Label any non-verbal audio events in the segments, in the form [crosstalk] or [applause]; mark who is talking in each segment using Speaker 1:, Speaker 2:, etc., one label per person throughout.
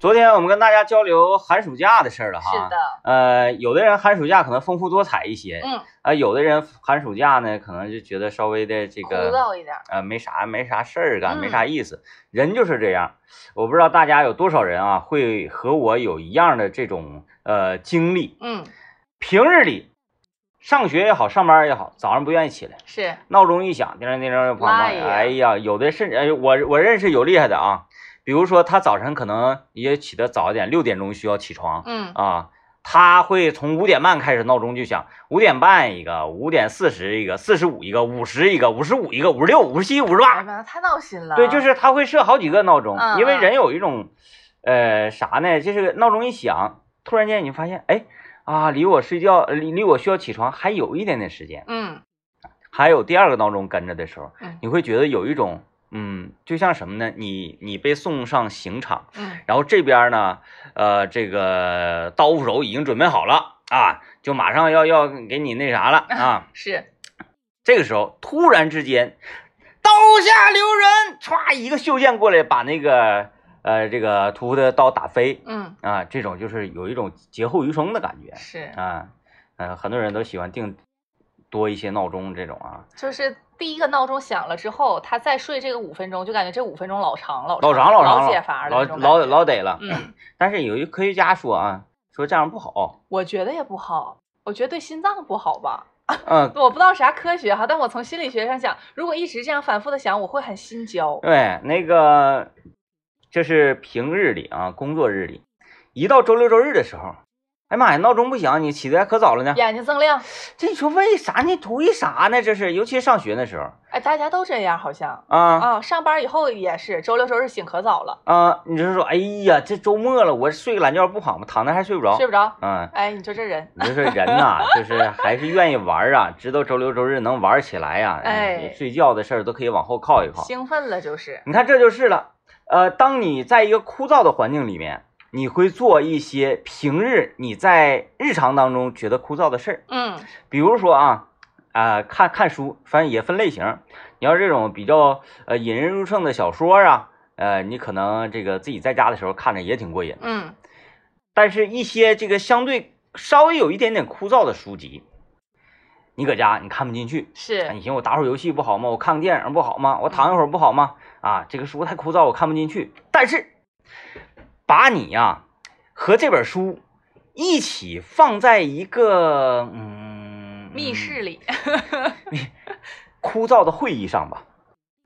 Speaker 1: 昨天我们跟大家交流寒暑假的事儿了哈。
Speaker 2: 是。的，
Speaker 1: 呃，有的人寒暑假可能丰富多彩一些，
Speaker 2: 嗯，
Speaker 1: 啊、有的人寒暑假呢，可能就觉得稍微的这
Speaker 2: 枯
Speaker 1: 个，
Speaker 2: 燥一点儿，
Speaker 1: 呃，没啥没啥事儿干，
Speaker 2: 嗯
Speaker 1: 没啥意思。人就是这样，我不知道大家有多少人啊，会和我有一样的这种呃经历。
Speaker 2: 嗯，
Speaker 1: 平日里，上学也好，上班也好，早上不愿意起来，
Speaker 2: 是，
Speaker 1: 闹钟一响，叮铃叮铃就跑
Speaker 2: 妈呀
Speaker 1: 哎呀，有的甚至哎，我我认识有厉害的啊，比如说他早晨可能也起得早一点，六点钟需要起床
Speaker 2: 嗯，
Speaker 1: 啊，他会从五点半开始闹钟就响，五点半一个，五点四十一个，四十五一个，五十一个，五十五一个，五十六、五十七、五十
Speaker 2: 哎
Speaker 1: 八，
Speaker 2: 呀，太闹心了，
Speaker 1: 对，就是他会设好几个闹钟，
Speaker 2: 嗯
Speaker 1: 因为
Speaker 2: 嗯
Speaker 1: 人有一种，呃，啥呢？就是闹钟一响，突然间你发现，哎。啊，离我睡觉，离离我需要起床还有一点点时间。
Speaker 2: 嗯，
Speaker 1: 还有第二个闹钟跟着的时候
Speaker 2: 嗯，
Speaker 1: 你会觉得有一种，嗯，就像什么呢？你你被送上刑场，
Speaker 2: [laughs] 嗯，
Speaker 1: 然后这边呢，呃，这个刀斧手已经准备好了啊，就马上要要给你那啥了啊。
Speaker 2: [laughs] 是，
Speaker 1: 这个时候突然之间，刀下留人，歘，一个袖箭过来把那个呃这个屠夫的刀打飞
Speaker 2: 嗯，
Speaker 1: 啊，这种就是有一种劫后余生的感觉
Speaker 2: 是，
Speaker 1: 啊。嗯、很多人都喜欢定多一些闹钟这种啊。
Speaker 2: 就是第一个闹钟响了之后，他再睡这个五分钟，就感觉这五分钟老长老
Speaker 1: 老长
Speaker 2: 长
Speaker 1: 老长
Speaker 2: 解乏了
Speaker 1: 老
Speaker 2: 那种感
Speaker 1: 老
Speaker 2: 觉，
Speaker 1: 老得了。
Speaker 2: 嗯，
Speaker 1: 但是有一科学家说啊，说这样不好。
Speaker 2: 我觉得也不好，我觉得对心脏不好吧。
Speaker 1: 嗯，
Speaker 2: 我不知道啥科学哈，但我从心理学上讲，如果一直这样反复的想，我会很心 [laughs] 焦。
Speaker 1: 对，那个这是平日里啊，工作日里，一到周六周日的时候，哎妈呀，闹钟不响，你起得还可早了呢。
Speaker 2: 眼睛锃亮，
Speaker 1: 这你说为啥呢？图一啥呢？这是，尤其上学那时候
Speaker 2: 哎，大家都这样好像
Speaker 1: 啊。
Speaker 2: 啊、上班以后也是，周六周日醒可早了，
Speaker 1: 啊，你就说，哎呀，这周末了，我睡个懒觉不好吗？躺那还睡不着
Speaker 2: 睡。不着。
Speaker 1: 嗯，
Speaker 2: 哎，你说这人，
Speaker 1: 你就说人呐、就是还是愿意玩啊，知道周六周日能玩起来呀、
Speaker 2: 哎
Speaker 1: 睡觉的事儿都可以往后靠一靠。
Speaker 2: 兴奋了就是，
Speaker 1: 你看这就是了。呃，当你在一个枯燥的环境里面，你会做一些平日你在日常当中觉得枯燥的事儿，
Speaker 2: 嗯，
Speaker 1: 比如说啊，啊、看看书，反正也分类型。你要是这种比较呃引人入胜的小说啊，呃，你可能这个自己在家的时候看着也挺过瘾。
Speaker 2: 嗯，
Speaker 1: 但是，一些这个相对稍微有一点点枯燥的书籍，你搁家你看不进去，哎，
Speaker 2: 是，
Speaker 1: 你寻思我打会儿游戏不好吗？我看个电影不好吗？我躺一会儿不好吗？啊，这个书太枯燥，我看不进去。但是，把你呀、和这本书一起放在一个嗯
Speaker 2: 密室里 [laughs]
Speaker 1: 枯燥的会议上吧。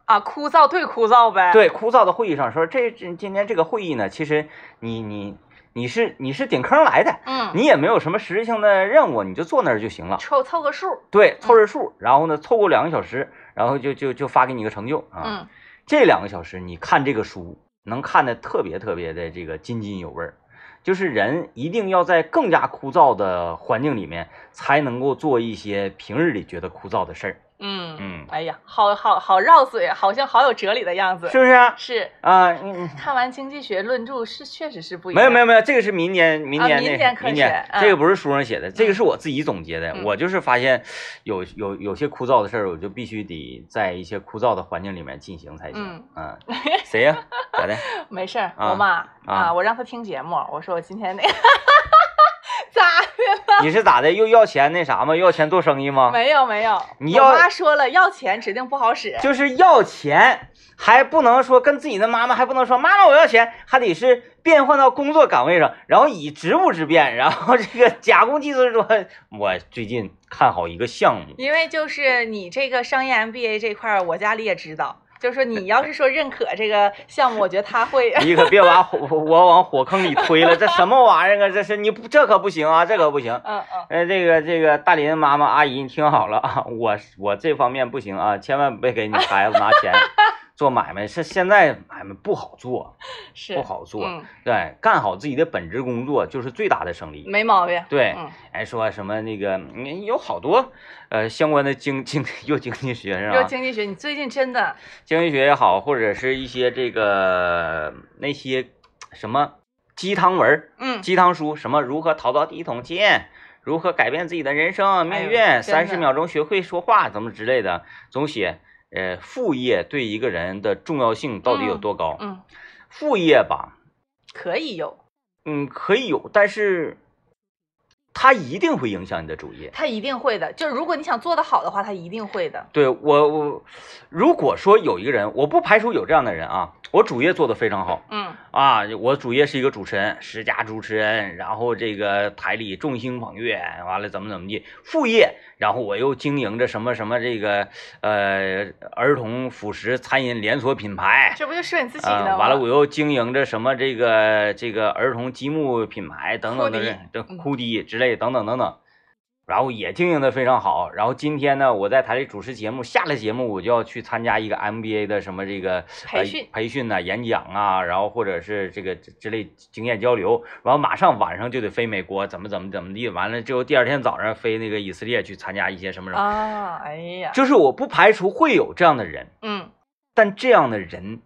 Speaker 2: 啊，枯燥对枯燥呗，，
Speaker 1: 对，枯燥的会议上说，这这今天这个会议呢，其实你你你是你是顶坑来的，
Speaker 2: 嗯，
Speaker 1: 你也没有什么实质性的任务，你就坐那儿就行了。
Speaker 2: 凑凑个数，
Speaker 1: 对，凑着数，然后呢，凑够两个小时，然后就就就发给你一个成就啊。
Speaker 2: 嗯，
Speaker 1: 这两个小时你看这个书，能看得特别特别的这个津津有味儿。就是人一定要在更加枯燥的环境里面，才能够做一些平日里觉得枯燥的事儿，
Speaker 2: 嗯
Speaker 1: 嗯
Speaker 2: 哎呀，好好好绕嘴，好像好有哲理的样子，
Speaker 1: 是不是啊？
Speaker 2: 是
Speaker 1: 啊、嗯，
Speaker 2: 看完经济学论著是确实是不一样，
Speaker 1: 没有没有，没有，这个是民间民
Speaker 2: 啊
Speaker 1: 间
Speaker 2: 民
Speaker 1: 那、
Speaker 2: 间科
Speaker 1: 民间
Speaker 2: 学，嗯
Speaker 1: 这个不是书上写的，这个
Speaker 2: 嗯
Speaker 1: 是我自己总结的。
Speaker 2: 嗯
Speaker 1: 我就是发现有有有些枯燥的事儿，我就必须得在一些枯燥的环境里面进行才行。嗯，谁
Speaker 2: [laughs]
Speaker 1: 呀、咋的？
Speaker 2: 没事儿，
Speaker 1: 啊
Speaker 2: 我妈
Speaker 1: 啊
Speaker 2: 啊，我让她听节目，我说我今天那个咋的
Speaker 1: 你是咋的？又要钱那啥吗？又要钱做生意吗？
Speaker 2: [laughs] 没有没有，
Speaker 1: 啊你
Speaker 2: 我
Speaker 1: 要
Speaker 2: 妈说了，要钱指定不好使，
Speaker 1: 就是要钱，还不能说跟自己的妈妈，还不能说妈妈我要钱，还得是变换到工作岗位上，然后以职务之便，然后这个假公济私说，我最近看好一个项目，
Speaker 2: 因为就是你这个商业 MBA 这块儿，我家里也知道，就是说你要是说认可这个项目，我觉得他会
Speaker 1: [laughs] 你可别把火我往火坑里推了，这什么玩意儿啊？这是你不这可不行啊，这可不行。
Speaker 2: 嗯嗯，
Speaker 1: 呃，这个这个大林妈妈阿姨，你听好了啊，我我这方面不行啊，千万别给你孩子拿
Speaker 2: [laughs]
Speaker 1: 钱做买卖，是现在买卖不好做，
Speaker 2: 是
Speaker 1: 不好做。
Speaker 2: 嗯，
Speaker 1: 对，干好自己的本职工作就是最大的胜利。
Speaker 2: 没毛病。
Speaker 1: 对，
Speaker 2: 嗯，
Speaker 1: 还说什么那个，嗯有好多呃相关的经经又经济学啊是
Speaker 2: 说
Speaker 1: 吧？
Speaker 2: 经济学，你最近真的
Speaker 1: 经济学也好，或者是一些这个那些什么鸡汤文儿、
Speaker 2: 嗯
Speaker 1: 鸡汤书，什么如何逃到第一桶金，如何改变自己的人生
Speaker 2: 哎
Speaker 1: 命
Speaker 2: 呦
Speaker 1: 运，
Speaker 2: 真
Speaker 1: 三
Speaker 2: 的
Speaker 1: 十秒钟学会说话，怎么之类的，总写呃副业对一个人的重要性到底有
Speaker 2: 嗯
Speaker 1: 多高？
Speaker 2: 嗯
Speaker 1: 副业吧，
Speaker 2: 可以有，
Speaker 1: 嗯，可以有，但是它一定会影响你的主业。
Speaker 2: 他一定会的。就是如果你想做得好的话，他一定会的。
Speaker 1: 对我，我如果说有一个人，我不排除有这样的人啊，我主业做得非常好
Speaker 2: 嗯
Speaker 1: 啊，我主业是一个主持人，十佳主持人，然后这个台里众星捧月，完了怎么怎么地，副业，然后我又经营着什么什么这个呃儿童辅食餐饮连锁品牌，
Speaker 2: 这不就说你自己
Speaker 1: 啊、
Speaker 2: 呢吗？
Speaker 1: 完了，我又经营着什么这个这个儿童积木品牌等等的，这
Speaker 2: 嗯
Speaker 1: 库迪之类等等等等，然后也经营的非常好。然后今天呢，我在台里主持节目，下了节目我就要去参加一个 MBA 的什么这个
Speaker 2: 培
Speaker 1: 呃
Speaker 2: 训
Speaker 1: 培训呐、演讲啊，然后或者是这个之之类经验交流。然后马上晚上就得飞美国，怎么怎么怎么地。完了之后，第二天早上飞那个以色列去参加一些什么什么，
Speaker 2: 啊，哎呀，
Speaker 1: 就是我不排除会有这样的人。
Speaker 2: 嗯，
Speaker 1: 但这样的人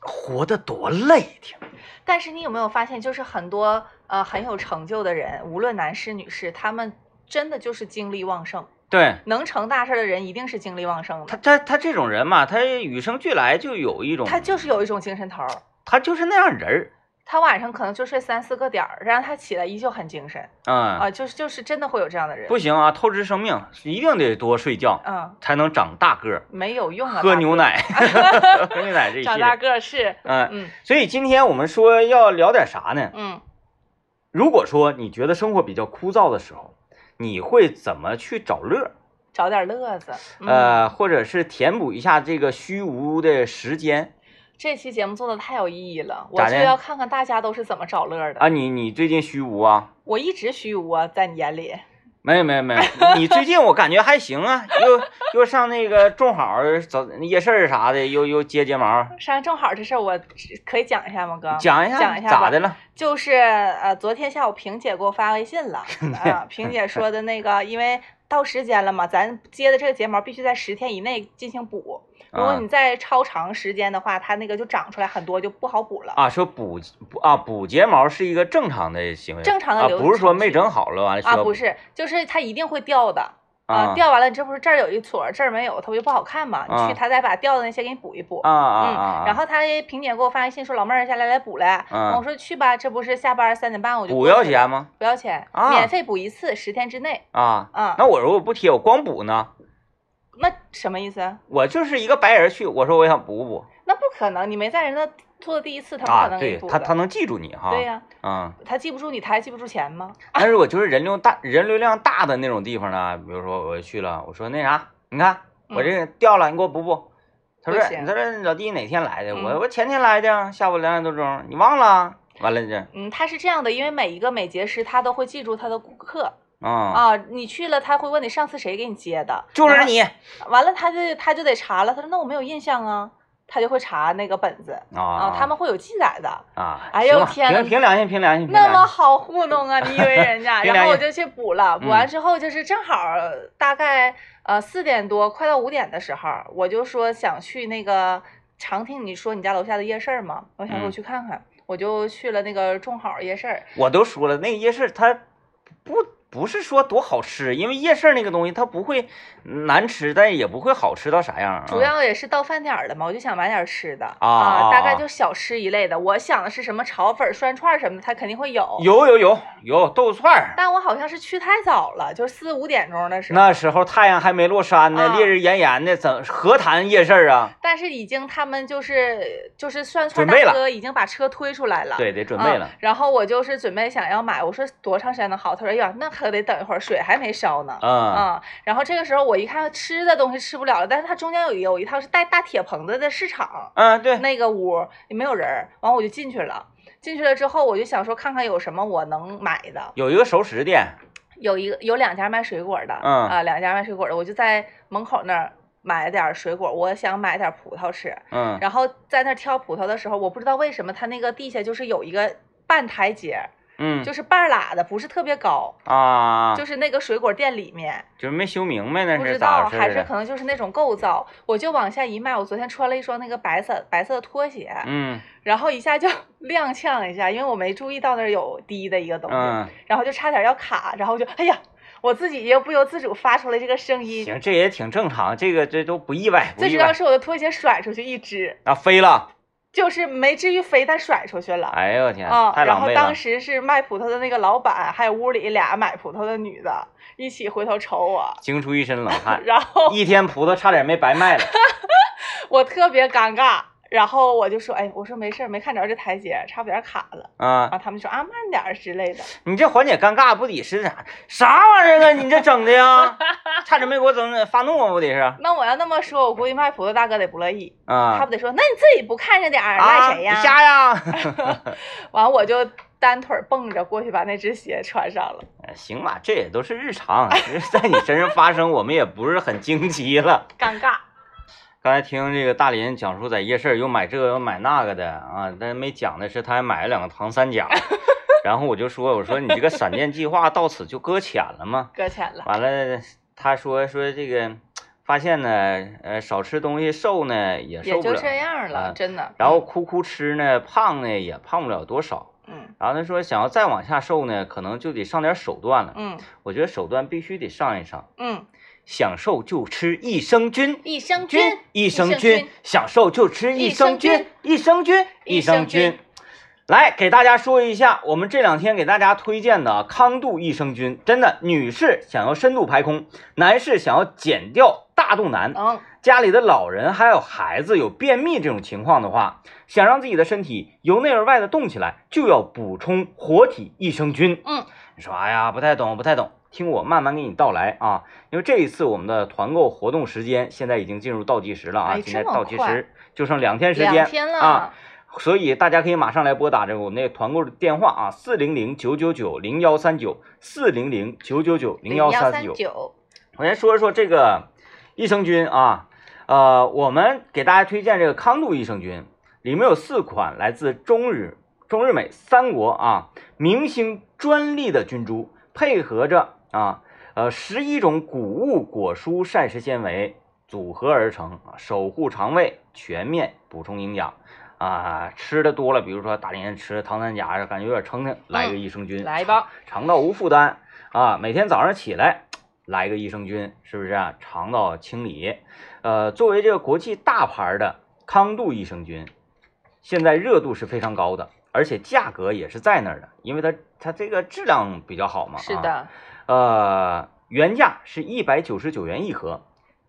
Speaker 1: 活得多累挺。
Speaker 2: 但是你有没有发现，就是很多呃很有成就的人，无论男士女士，他们真的就是精力旺盛，
Speaker 1: 对
Speaker 2: 能成大事的人一定是精力旺盛
Speaker 1: 他，
Speaker 2: 的，
Speaker 1: 他他这种人嘛，他与生俱来就有一种，
Speaker 2: 他就是有一种精神头儿。
Speaker 1: 他就是那样人儿。
Speaker 2: 他晚上可能就睡三四个点儿，然后他起来依旧很精神
Speaker 1: 嗯，
Speaker 2: 啊、就是就是真的会有这样的人，
Speaker 1: 不行啊，透支生命，一定得多睡觉，
Speaker 2: 嗯，
Speaker 1: 才能长大个儿。
Speaker 2: 没有用啊，
Speaker 1: 喝
Speaker 2: 大
Speaker 1: 牛
Speaker 2: 哥 [laughs]
Speaker 1: 奶，喝牛奶这一系
Speaker 2: 长大
Speaker 1: 列。
Speaker 2: 个儿是，
Speaker 1: 嗯，
Speaker 2: 嗯
Speaker 1: 所以今天我们说要聊点啥呢？
Speaker 2: 嗯
Speaker 1: 如果说你觉得生活比较枯燥的时候，你会怎么去找乐儿？
Speaker 2: 找点乐子。嗯、，
Speaker 1: 呃，或者是填补一下这个虚无的时间
Speaker 2: 这期节目做的太有意义了，我
Speaker 1: 咋
Speaker 2: 就
Speaker 1: 的
Speaker 2: 要看看大家都是怎么找乐儿的。
Speaker 1: 啊？你你最近虚无啊？
Speaker 2: 我一直虚无啊，在你眼里，
Speaker 1: 没有没有没有，你最近我感觉还行啊，又又上那个种好儿早夜市儿啥的，又又接睫毛，
Speaker 2: 上正好这事儿我可以讲一下吗，哥？
Speaker 1: 讲一下
Speaker 2: 讲一下吧
Speaker 1: 咋的了？
Speaker 2: 就是呃，昨天下午萍姐给我发微信
Speaker 1: [laughs]
Speaker 2: 了，啊，萍姐说的那个，因为到时间了嘛，咱接的这个睫毛必须在十天以内进行补，如果
Speaker 1: 啊
Speaker 2: 你再超长时间的话，它那个就长出来很多，就不好补了。
Speaker 1: 啊，说补补啊补睫毛是一个正常的行为，
Speaker 2: 正常的
Speaker 1: 啊，
Speaker 2: 流
Speaker 1: 不是说
Speaker 2: 程
Speaker 1: 没
Speaker 2: 序
Speaker 1: 整好了完了需
Speaker 2: 啊，
Speaker 1: 要
Speaker 2: 不
Speaker 1: 补
Speaker 2: 是，就是它一定会掉的。
Speaker 1: 啊
Speaker 2: 掉完了，这不是这儿有一撮儿，这儿没有，它不就不好看嘛？你
Speaker 1: 啊
Speaker 2: 去他再把掉的那些给你补一补。
Speaker 1: 啊啊啊
Speaker 2: 嗯，
Speaker 1: 啊，
Speaker 2: 然后他萍姐给我发微信说老妹儿下来来补来，
Speaker 1: 嗯
Speaker 2: 我说去吧，这不是下班三点半我就
Speaker 1: 补
Speaker 2: 过
Speaker 1: 要
Speaker 2: 去
Speaker 1: 钱
Speaker 2: 了，
Speaker 1: 吗？
Speaker 2: 不要钱，
Speaker 1: 啊
Speaker 2: 免费补一次，十天之内
Speaker 1: 啊，
Speaker 2: 啊。
Speaker 1: 那我如果不贴，我光补呢？
Speaker 2: 那什么意思？啊
Speaker 1: 我就是一个白人去，我说我想补补
Speaker 2: 那不可能，你没在人那做第一次，他不可
Speaker 1: 啊，
Speaker 2: 能给你
Speaker 1: 对
Speaker 2: 补的。
Speaker 1: 他他能记住你哈，
Speaker 2: 对呀、
Speaker 1: 嗯，
Speaker 2: 他记不住你，他还记不住钱吗？
Speaker 1: [laughs] 但是我就是人流大、人流量大的那种地方呢，比如说我去了，我说那啥，你看我这个掉了，你给我补补。他说
Speaker 2: 嗯不行
Speaker 1: 他说老弟哪天来的？我
Speaker 2: 嗯
Speaker 1: 我前天来的，下午两点多钟，你忘了？完了这
Speaker 2: 嗯，他是这样的，因为每一个美睫师他都会记住他的顾客
Speaker 1: 啊，
Speaker 2: 啊，你去了他会问你上次谁给你接的，
Speaker 1: 就是
Speaker 2: 然后
Speaker 1: 你
Speaker 2: 完了，他就他就得查了。他说那我没有印象啊，他就会查那个本子啊，
Speaker 1: 啊
Speaker 2: 他们会有记载的。
Speaker 1: 啊，
Speaker 2: 哎呦
Speaker 1: 行吧
Speaker 2: 天呐
Speaker 1: 凭凭良心，凭良心，凭
Speaker 2: 那么
Speaker 1: 良心
Speaker 2: 好糊弄啊！你以为
Speaker 1: [laughs]
Speaker 2: 人家？
Speaker 1: 凭良心
Speaker 2: 然后我就去补了，补
Speaker 1: 嗯
Speaker 2: 完之后就是正好呃大概呃四点多，快到五点的时候，我就说想去那个常听你说你家楼下的夜市儿嘛，我想说我
Speaker 1: 嗯
Speaker 2: 去看看，我就去了那个中好夜市儿。
Speaker 1: 我都说了，那个夜市它不不是说多好吃，因为夜市那个东西它不会难吃，但也不会好吃到啥样啊。
Speaker 2: 主要也是到饭点儿了嘛，我就想买点儿吃的
Speaker 1: 啊啊
Speaker 2: 大概
Speaker 1: 啊
Speaker 2: 就小吃一类的。我想的是什么炒粉儿、涮串儿什么的，它肯定会有。
Speaker 1: 有有有有豆腐串儿，
Speaker 2: 但我好像是去太早了，就是四五点钟的时候。
Speaker 1: 那时候太阳还没落山呢，
Speaker 2: 啊
Speaker 1: 烈日炎炎的，怎何谈夜市儿啊？
Speaker 2: 但是已经他们就是就是涮
Speaker 1: 准
Speaker 2: 串
Speaker 1: 备了
Speaker 2: 大哥已经把车推出来了，
Speaker 1: 对，得准
Speaker 2: 嗯，
Speaker 1: 备了。
Speaker 2: 然后我就是准备想要买，我说多长时间能好？他说哎呀，那可得等一会儿，水还没烧呢。
Speaker 1: 嗯，
Speaker 2: 啊、然后这个时候我一看吃的东西吃不了了，但是它中间有一有一套是带大铁棚子的市场，
Speaker 1: 嗯，对，
Speaker 2: 那个屋也没有人儿，完我就进去了。进去了之后，我就想说看看有什么我能买的，
Speaker 1: 有一个熟食店，
Speaker 2: 有一个有两家卖水果的，
Speaker 1: 嗯
Speaker 2: 啊，两家卖水果的，我就在门口那儿买了点儿水果，我想买点儿葡萄吃。
Speaker 1: 嗯，
Speaker 2: 然后在那儿挑葡萄的时候，我不知道为什么它那个地下就是有一个半台阶，
Speaker 1: 嗯，
Speaker 2: 就是半儿拉的，不是特别高，
Speaker 1: 啊，
Speaker 2: 就是那个水果店里面，
Speaker 1: 就是没修明白那
Speaker 2: 不
Speaker 1: 是
Speaker 2: 知
Speaker 1: 咋
Speaker 2: 道
Speaker 1: 回事
Speaker 2: 还
Speaker 1: 儿啊
Speaker 2: 是
Speaker 1: 的。
Speaker 2: 可能就是那种构造。我就往下一迈，我昨天穿了一双那个白色白色的拖鞋，
Speaker 1: 嗯
Speaker 2: 然后一下就 [laughs] 踉跄一下，因为我没注意到那儿有低的一个东西，
Speaker 1: 嗯，
Speaker 2: 然后就差点要卡，然后就哎呀，我自己也不由自主发出了这个声音，
Speaker 1: 行，这也挺正常，这个这都不意外，不
Speaker 2: 最
Speaker 1: 意
Speaker 2: 主要
Speaker 1: 外
Speaker 2: 是我的拖鞋甩出去一只，
Speaker 1: 啊，飞了，
Speaker 2: 就是没至于非但甩出去了。
Speaker 1: 哎呦我天，
Speaker 2: 啊、
Speaker 1: 太
Speaker 2: 然
Speaker 1: 狼
Speaker 2: 后
Speaker 1: 狈
Speaker 2: 当
Speaker 1: 了。
Speaker 2: 时是卖葡萄的那个老板，还有屋里俩买葡萄的女的，一起回头瞅我，
Speaker 1: 惊出一身冷汗，
Speaker 2: 然后
Speaker 1: 一天葡萄差点没白卖
Speaker 2: [laughs]
Speaker 1: 了。
Speaker 2: 我特别尴尬，然后我就说，哎，我说没事儿，没看着这台阶，差不点卡了。
Speaker 1: 啊，
Speaker 2: 然后他们说啊，慢点儿之类的。
Speaker 1: 你这缓解尴尬不得是啥啥玩意儿啊？你这整的呀，
Speaker 2: [laughs]
Speaker 1: 差点没给我整发怒啊，不得是
Speaker 2: 那我要那么说，我估计卖葡萄大哥得不乐意，他
Speaker 1: 啊？
Speaker 2: 不得说，那你自己不看着点儿，
Speaker 1: 啊
Speaker 2: 赖谁呀？
Speaker 1: 你瞎呀？
Speaker 2: 完我就单腿蹦着过去把那只鞋穿上了。
Speaker 1: [laughs] 哎行吧，这也都是日常，只是在你身上发生，我们也不是很惊奇了。
Speaker 2: 尴尬。
Speaker 1: 刚才听这个大林讲述在夜市儿有买这个有买那个的啊，但没讲的是他还买了两个唐三
Speaker 2: [laughs]
Speaker 1: 角，然后我就说我说你这个闪电计划到此就搁浅了吗？
Speaker 2: 搁浅了，
Speaker 1: 完了他说说这个发现呢，呃少吃东西瘦呢也
Speaker 2: 也
Speaker 1: 瘦不
Speaker 2: 就
Speaker 1: 了，
Speaker 2: 这样了，
Speaker 1: 啊
Speaker 2: 真的。
Speaker 1: 然后哭哭吃呢胖呢也胖不了多少，
Speaker 2: 嗯
Speaker 1: 然后他说想要再往下瘦呢，可能就得上点手段了，
Speaker 2: 嗯
Speaker 1: 我觉得手段必须得上一上，
Speaker 2: 嗯，
Speaker 1: 想瘦就吃益生菌。
Speaker 2: 益生
Speaker 1: 菌，益生
Speaker 2: 生
Speaker 1: 菌
Speaker 2: 菌，
Speaker 1: 享受就吃益
Speaker 2: 益
Speaker 1: 生
Speaker 2: 生
Speaker 1: 菌
Speaker 2: 菌，
Speaker 1: 益生菌，益
Speaker 2: 益
Speaker 1: 生
Speaker 2: 生
Speaker 1: 菌
Speaker 2: 菌。
Speaker 1: 来给大家说一下，我们这两天给大家推荐的康度益生菌，真的，女士想要深度排空，男士想要减掉大肚腩，
Speaker 2: 嗯，
Speaker 1: 家里的老人还有孩子有便秘这种情况的话，想让自己的身体由内而外的动起来，就要补充活体益生菌。
Speaker 2: 嗯，
Speaker 1: 你说，哎呀，不太懂，不太懂，听我慢慢给你道来啊。因为这一次我们的团购活动时间现在已经进入倒计时了啊，
Speaker 2: 哎
Speaker 1: 今天
Speaker 2: 这么
Speaker 1: 倒计
Speaker 2: 快
Speaker 1: 时就剩两天时间，
Speaker 2: 两天了，
Speaker 1: 啊所以大家可以马上来拨打这个我们那个团购的电话啊，四零零九九九零幺三九，四零零九九九零幺三九
Speaker 2: 零。九，
Speaker 1: 我先说一说这个益生菌啊，呃，我们给大家推荐这个康度益生菌，里面有四款来自中日、中日美三国啊明星专利的菌株，配合着啊呃十一种谷物、果蔬、膳食纤维组合而成，啊守护肠胃，全面补充营养。啊，吃的多了，比如说大连吃唐三甲，感觉有点撑的，来一个益生菌，
Speaker 2: 来吧，
Speaker 1: 肠道无负担啊，每天早上起来来一个益生菌，是不是啊？肠道清理，呃，作为这个国际大牌的康度益生菌，现在热度是非常高的，而且价格也是在那儿的，因为它它这个质量比较好嘛。
Speaker 2: 是
Speaker 1: 啊，
Speaker 2: 的，
Speaker 1: 呃，原价是一百九十九元一盒。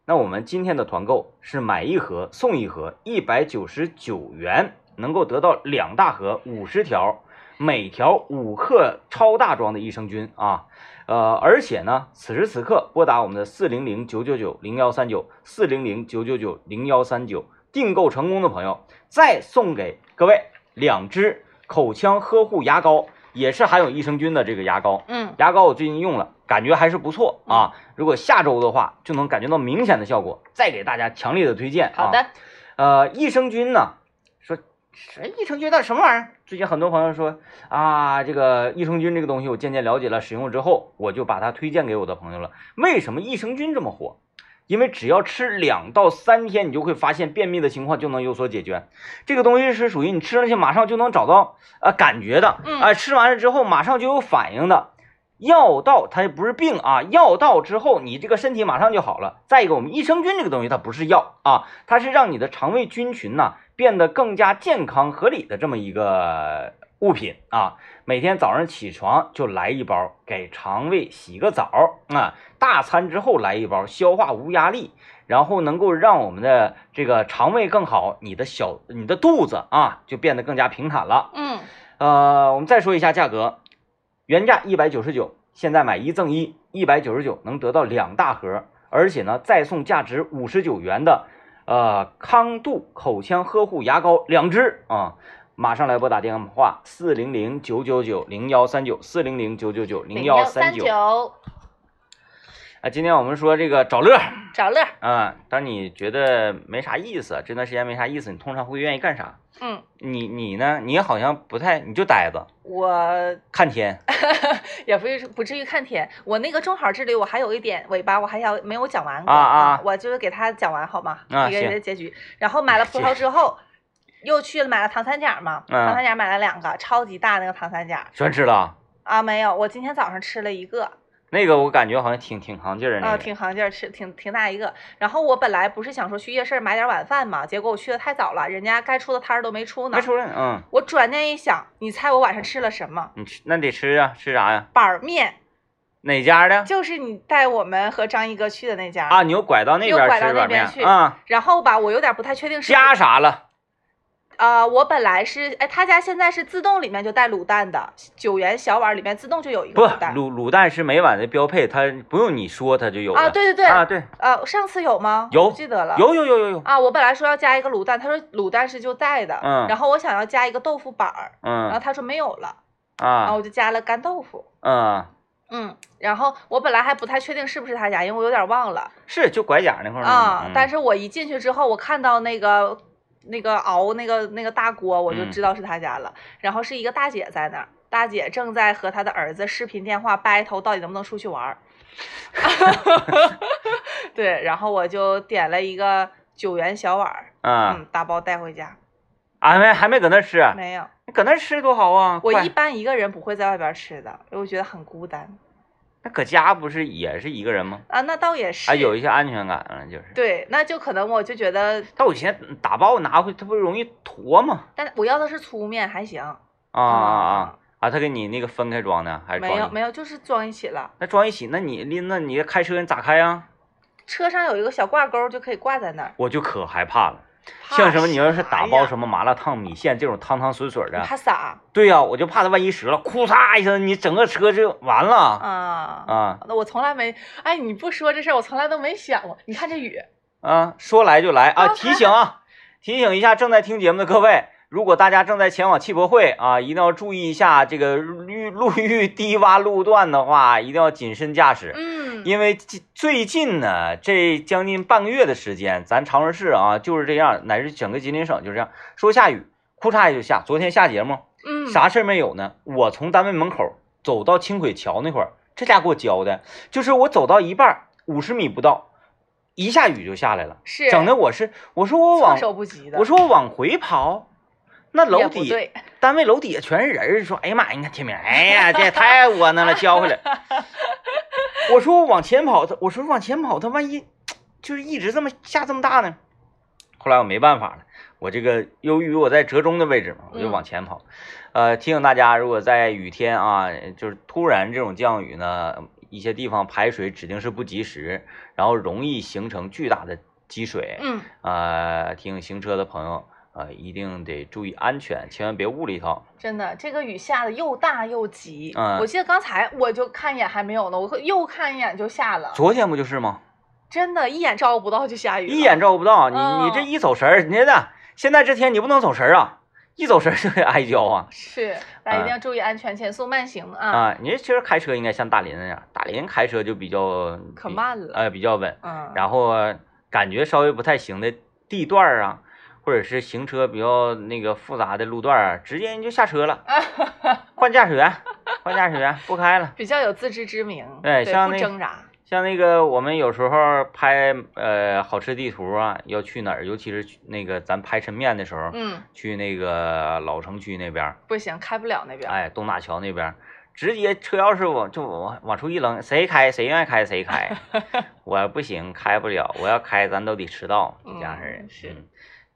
Speaker 1: 那我们今天的团购是买一盒送一盒，一百九十九元能够得到两大盒五十条，每条五克超大装的益生菌啊，呃，而且呢，此时此刻拨打我们的四零零九九九零幺三九四零零九九九零幺三九，订购成功的朋友再送给各位两支口腔呵护牙膏，也是含有益生菌的这个牙膏。
Speaker 2: 嗯，
Speaker 1: 牙膏我最近用了，感觉还是不错啊。如果下周的话，就能感觉到明显的效果。再给大家强烈的推荐、啊。
Speaker 2: 好的，，
Speaker 1: 呃，益生菌呢，说什益生菌到底什么玩意儿？最近很多朋友说啊，这个益生菌这个东西我渐渐了解了，使用了之后，我就把它推荐给我的朋友了。为什么益生菌这么火？因为只要吃两到三天，你就会发现便秘的情况就能有所解决。这个东西是属于你吃上去马上就能找到呃感觉的，
Speaker 2: 嗯
Speaker 1: 啊、吃完了之后马上就有反应的。药到它不是病啊，药到之后你这个身体马上就好了。再一个，我们益生菌这个东西它不是药啊，它是让你的肠胃菌群呐、变得更加健康合理的这么一个物品啊。每天早上起床就来一包，给肠胃洗个澡啊。大餐之后来一包，消化无压力，然后能够让我们的这个肠胃更好，你的小你的肚子啊就变得更加平坦了。
Speaker 2: 嗯，
Speaker 1: 呃，我们再说一下价格，原价一百九十九，现在买一赠一，一百九十九能得到两大盒，而且呢再送价值五十九元的呃康度口腔呵护牙膏两支啊。马上来拨打电话四零零九九九零幺三九四零零九九九零幺三九
Speaker 2: 九，
Speaker 1: 啊！今天我们说这个找乐儿
Speaker 2: 找乐儿，
Speaker 1: 啊，当你觉得没啥意思，这段时间没啥意思，你通常会愿意干啥？
Speaker 2: 嗯，
Speaker 1: 你你呢？你好像不太，你就呆着
Speaker 2: 我
Speaker 1: 看天。
Speaker 2: 也不是不至于看天，我那个中好之旅我还有一点尾巴，我还要没有讲完过
Speaker 1: 啊啊
Speaker 2: 我就是给他讲完好吗？
Speaker 1: 啊
Speaker 2: 一个
Speaker 1: 行
Speaker 2: 人的结局。然后买了葡萄之后，又去了买了糖三角嘛，
Speaker 1: 嗯
Speaker 2: 糖三角买了两个超级大那个糖三角啊
Speaker 1: 全吃了
Speaker 2: 啊，没有，我今天早上吃了一个，
Speaker 1: 那个我感觉好像挺挺行劲儿的
Speaker 2: 啊、
Speaker 1: 那个，
Speaker 2: 挺行劲儿，是挺挺大一个。然后我本来不是想说去夜市买点晚饭嘛，结果我去的太早了，人家该出的摊儿都没出呢。
Speaker 1: 没出来呢，嗯，
Speaker 2: 我转念一想，你猜我晚上吃了什么？
Speaker 1: 你吃那得吃啊，吃啥呀？
Speaker 2: 板儿面，
Speaker 1: 哪家的？
Speaker 2: 就是你带我们和张一哥去的那家。
Speaker 1: 啊，你又拐到那
Speaker 2: 又
Speaker 1: 边
Speaker 2: 拐
Speaker 1: 吃
Speaker 2: 到那
Speaker 1: 碗
Speaker 2: 边
Speaker 1: 面
Speaker 2: 去
Speaker 1: 啊？
Speaker 2: 然后吧，我有点不太确定是
Speaker 1: 加啥了？
Speaker 2: 呃，我本来是哎，他家现在是自动里面就带卤蛋的，九元小碗里面自动就有一
Speaker 1: 不，
Speaker 2: 个卤蛋。
Speaker 1: 卤卤蛋是每碗的标配，它不用你说它就有了
Speaker 2: 啊，对对对，
Speaker 1: 啊，对，
Speaker 2: 呃，上次有吗？
Speaker 1: 有
Speaker 2: 我不记得了。
Speaker 1: 有有有有有，
Speaker 2: 啊，我本来说要加一个卤蛋，他说卤蛋是就带的，
Speaker 1: 嗯
Speaker 2: 然后我想要加一个豆腐板儿，然后
Speaker 1: 嗯
Speaker 2: 他说没有了，然
Speaker 1: 啊
Speaker 2: 后我就加了干豆腐，
Speaker 1: 嗯，
Speaker 2: 嗯，然后我本来还不太确定是不是他家，因为我有点忘了
Speaker 1: 是就拐角那块儿嗯
Speaker 2: 啊，但
Speaker 1: 是
Speaker 2: 是我一进去之后，我看到那个那个熬那个那个大锅，我就
Speaker 1: 嗯
Speaker 2: 知道是他家了，然后是一个大姐在那儿。大姐正在和她的儿子视频电话 battle，到底能不能出去玩
Speaker 1: [laughs]
Speaker 2: 儿？ [laughs] 对，然后我就点了一个九元小碗儿，
Speaker 1: 啊
Speaker 2: 嗯，打包带回家。
Speaker 1: 啊还没还没搁那吃，
Speaker 2: 没有，
Speaker 1: 你搁那吃多好啊！
Speaker 2: 我
Speaker 1: 快
Speaker 2: 一般一个人不会在外边吃的，因为我觉得很孤单
Speaker 1: 那搁家不是也是一个人吗？
Speaker 2: 啊。那倒也是，
Speaker 1: 啊，有一些安全感了，就是。
Speaker 2: 对，那就可能我就觉得，
Speaker 1: 但我寻思打包拿回，它不容易坨吗？
Speaker 2: 但我要的是粗面还行嗯
Speaker 1: 啊啊啊！啊，他给你那个分开装的还是
Speaker 2: 没有
Speaker 1: 装一？
Speaker 2: 没有，就是装一起了。
Speaker 1: 那装一起，那你拎那你开车你咋开呀、
Speaker 2: 车上有一个小挂钩，就可以挂在那儿。
Speaker 1: 我就可害怕了。
Speaker 2: 怕
Speaker 1: 像什么你要是
Speaker 2: 啥
Speaker 1: 打包
Speaker 2: 呀
Speaker 1: 什么麻辣烫、米线这种汤汤水水
Speaker 2: 你
Speaker 1: 的，
Speaker 2: 怕洒
Speaker 1: 对呀、我就怕它万一折了，哭嚓一声，你整个车就完了
Speaker 2: 啊？
Speaker 1: 啊
Speaker 2: 那我从来没，哎，你不说这事儿，我从来都没想过。你看这雨，
Speaker 1: 啊！说来就来啊！
Speaker 2: 刚才
Speaker 1: 提醒啊，提醒一下正在听节目的各位，如果大家正在前往汽博会啊，一定要注意一下这个路路遇低洼路段的话，一定要谨慎驾驶。
Speaker 2: 嗯，
Speaker 1: 因为最最近呢，这将近半个月的时间，咱长春市啊就是这样，乃至整个吉林省就是这样，说下雨，哭嚓也就下。昨天下节目，
Speaker 2: 嗯，
Speaker 1: 啥事儿没有呢？我从单位门口走到轻轨桥那块儿，这家给我教的，就是我走到一半五十米不到，一下雨就下来了，
Speaker 2: 嗯是
Speaker 1: 整的我是，我说我
Speaker 2: 措
Speaker 1: 往，
Speaker 2: 手不及的。
Speaker 1: 我说我往回跑，那
Speaker 2: 也
Speaker 1: 楼
Speaker 2: 不
Speaker 1: 底
Speaker 2: 对，
Speaker 1: 单位楼底下全是人儿，说哎呀妈呀，你看天明，哎呀，这也太窝囊了，教回来。我说我往前跑，他我说往前跑，他万一就是一直这么下这么大呢？后来我没办法了，我这个由于我在折中的位置嘛，我就往前跑。呃，提醒大家，如果在雨天啊，就是突然这种降雨呢，一些地方排水指定是不及时，然后容易形成巨大的积水。
Speaker 2: 嗯，
Speaker 1: 呃，提醒行车的朋友，呃，一定得注意安全，千万别误了一套。
Speaker 2: 真的，这个雨下的又大又急。
Speaker 1: 嗯
Speaker 2: 我记得刚才我就看一眼还没有呢，我会又看一眼就下了，
Speaker 1: 昨天不就是吗？
Speaker 2: 真的，一眼照顾不到就下雨了。
Speaker 1: 一眼照顾不到，
Speaker 2: 嗯
Speaker 1: 你你这一走神儿，你这现在这天你不能走神儿啊，一走神儿就得挨浇啊
Speaker 2: 是，大家一定
Speaker 1: 嗯
Speaker 2: 要注意安全，减速慢行啊。
Speaker 1: 啊！你这其实开车应该像大林那样，大林开车就比较
Speaker 2: 可
Speaker 1: 比
Speaker 2: 慢了
Speaker 1: 呃，比较稳，
Speaker 2: 嗯，
Speaker 1: 然后感觉稍微不太行的地段儿啊。或者是行车比较那个复杂的路段儿，啊直接你就下车
Speaker 2: [laughs]
Speaker 1: 了，换驾驶员，换驾驶员，不开了。
Speaker 2: 比较有自知之明，
Speaker 1: 对哎像
Speaker 2: 不
Speaker 1: 那
Speaker 2: 挣扎，
Speaker 1: 像那个我们有时候拍呃好吃地图啊，要去哪儿，尤其是去那个咱拍抻面的时候，
Speaker 2: 嗯，
Speaker 1: 去那个老城区那边儿，
Speaker 2: 不行，开不了那边，
Speaker 1: 哎，东大桥那边儿，直接车钥匙往就往往出一扔，谁开谁愿意开谁
Speaker 2: [laughs]
Speaker 1: 开，我不行，开不了，我要开咱都得迟到，这样式儿
Speaker 2: 嗯
Speaker 1: 的，
Speaker 2: 是
Speaker 1: 嗯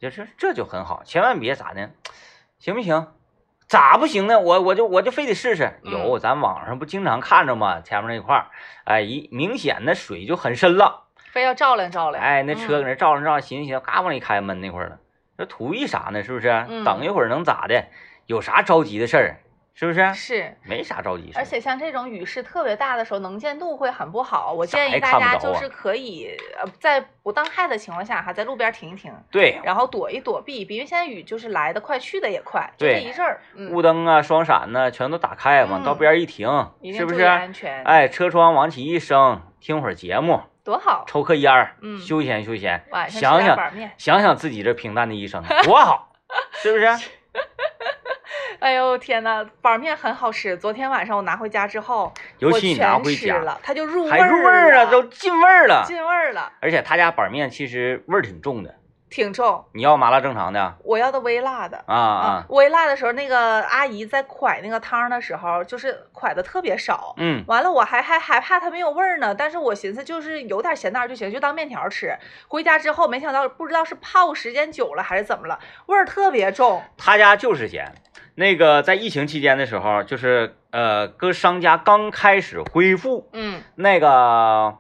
Speaker 1: 就是这就很好，千万别咋的，行不行？咋不行呢？我我就我就非得试试。
Speaker 2: 嗯
Speaker 1: 有，咱网上不经常看着吗？前面那块儿，哎，一明显的水就很深了。
Speaker 2: 非要照亮照亮。
Speaker 1: 哎，那车搁
Speaker 2: 嗯
Speaker 1: 那照着照着，寻思寻思，嘎往里开，闷那会儿了。这图一啥呢？是不是？
Speaker 2: 嗯
Speaker 1: 等一会儿能咋的？有啥着急的事儿？啊是不是？
Speaker 2: 是，
Speaker 1: 没啥着急事儿。
Speaker 2: 而且像这种雨势特别大的时候，能见度会很不好。我
Speaker 1: 咋
Speaker 2: 建
Speaker 1: 还
Speaker 2: 议大
Speaker 1: 看不
Speaker 2: 家
Speaker 1: 着
Speaker 2: 就
Speaker 1: 啊
Speaker 2: 是可以呃，在不当害的情况下，还在路边停一停，
Speaker 1: 对，
Speaker 2: 然后躲一躲避一避，因为现在雨就是来的快，去的也快，就这
Speaker 1: 对
Speaker 2: 一阵儿，嗯，
Speaker 1: 雾灯啊、双闪呐、全都打开，往道
Speaker 2: 嗯
Speaker 1: 边儿一停，
Speaker 2: 一定
Speaker 1: 是不
Speaker 2: 注意
Speaker 1: 是？
Speaker 2: 安全，
Speaker 1: 哎，车窗往起一升，听会儿节目，
Speaker 2: 多好。
Speaker 1: 抽颗烟儿，
Speaker 2: 嗯
Speaker 1: 休闲休闲，
Speaker 2: 晚上吃
Speaker 1: 想
Speaker 2: 点
Speaker 1: 想
Speaker 2: 板面，
Speaker 1: 想想自己这平淡的一生啊多好，
Speaker 2: [laughs]
Speaker 1: 是不是？
Speaker 2: 哎呦天呐，板面很好吃。昨天晚上我拿回家之后，
Speaker 1: 尤
Speaker 2: 我
Speaker 1: 其你拿
Speaker 2: 全
Speaker 1: 回
Speaker 2: 吃
Speaker 1: 家，
Speaker 2: 了，它就入味
Speaker 1: 还入味儿
Speaker 2: 了，
Speaker 1: 啊，都进味儿了。
Speaker 2: 进味儿了。
Speaker 1: 而且他家板面其实味儿挺重的，
Speaker 2: 挺重。
Speaker 1: 你要麻辣正常的
Speaker 2: 我要的微辣的
Speaker 1: 啊啊，
Speaker 2: 微辣的时候，那个阿姨在蒯那个汤的时候，就是蒯的特别少。
Speaker 1: 嗯
Speaker 2: 完了，我还还还怕它没有味儿呢，但是我寻思就是有点咸淡就行，就当面条吃。回家之后，没想到不知道是泡时间久了还是怎么了，味儿特别重。
Speaker 1: 他家就是咸。那个在疫情期间的时候，就是呃，各商家刚开始恢复
Speaker 2: 嗯
Speaker 1: 那个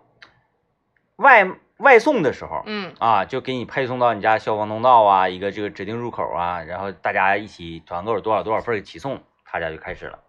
Speaker 1: 外外送的时候，
Speaker 2: 嗯
Speaker 1: 啊，就给你配送到你家消防通道啊，一个这个指定入口啊，然后大家一起团购有多少多少份儿起送，他家就开始了。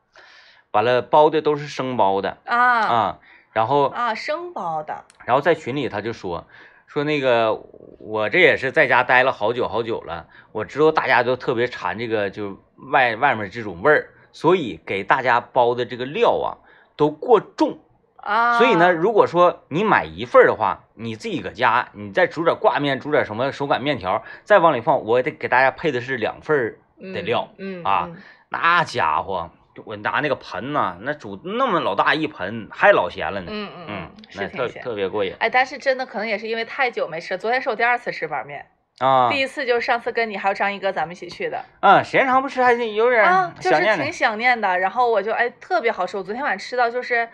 Speaker 1: 完了，包的都是生包的
Speaker 2: 啊
Speaker 1: 啊，然后
Speaker 2: 啊，生包的。
Speaker 1: 然后在群里他就说说那个我这也是在家待了好久好久了，我知道大家都特别馋这个就外外面这种味儿，所以给大家包的这个料啊都过重。
Speaker 2: 啊，
Speaker 1: 所以呢，，如果说你买一份儿的话，你自己搁家，你再煮点挂面，煮点什么手擀面条，再往里放，我得给大家配的是两份儿的料。
Speaker 2: 嗯
Speaker 1: 啊，
Speaker 2: 嗯
Speaker 1: 那家伙，我拿那个盆呐、那煮那么老大一盆，还老咸了呢。
Speaker 2: 嗯嗯嗯，
Speaker 1: 那
Speaker 2: 是
Speaker 1: 特
Speaker 2: 挺咸。
Speaker 1: 特别过瘾
Speaker 2: 哎，但是真的可能也是因为太久没吃，昨天是我第二次吃板面，
Speaker 1: 啊！
Speaker 2: 第一次就是上次跟你还有张一哥咱们一起去的
Speaker 1: 嗯，时间长不吃，还是有点
Speaker 2: 啊
Speaker 1: 儿，
Speaker 2: 就
Speaker 1: 想
Speaker 2: 是
Speaker 1: 念呢
Speaker 2: 挺。想念的。然后我就哎特别好吃，我昨天晚上吃到就是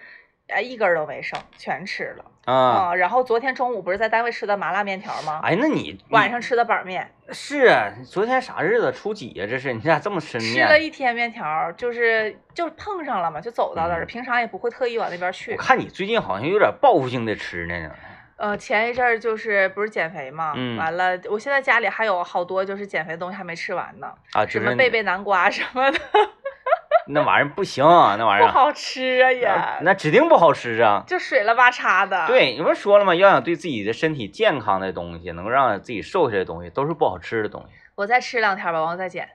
Speaker 2: 哎一根儿都没剩，全吃了
Speaker 1: 啊，
Speaker 2: 啊。然后昨天中午不是在单位吃的麻辣面条吗？
Speaker 1: 哎，那你
Speaker 2: 晚上吃的板面，
Speaker 1: 你是啊昨天啥日子？初几呀？这是你咋这么吃
Speaker 2: 吃
Speaker 1: 面？
Speaker 2: 了一天面条，就是就是碰上了嘛，就走到那儿了。
Speaker 1: 嗯
Speaker 2: 平常也不会特意往那边去
Speaker 1: 我。看你最近好像有点报复性的吃呢。
Speaker 2: 呃，前一阵儿就是不是减肥嘛，
Speaker 1: 嗯
Speaker 2: 完了，我现在家里还有好多就是减肥的东西还没吃完呢，
Speaker 1: 啊，
Speaker 2: 什
Speaker 1: 就
Speaker 2: 么
Speaker 1: 是
Speaker 2: 贝贝南瓜什么的，
Speaker 1: 那玩意儿不行啊、那玩意
Speaker 2: 不
Speaker 1: 儿。
Speaker 2: 好吃啊也，
Speaker 1: 啊那指定不好吃啊。
Speaker 2: 就水了吧叉的。，
Speaker 1: 对，你不是说了吗？要想对自己的身体健康的东西，能够让自己瘦下来的东西，都是不好吃的东西。
Speaker 2: 我再吃两天吧，完了再减，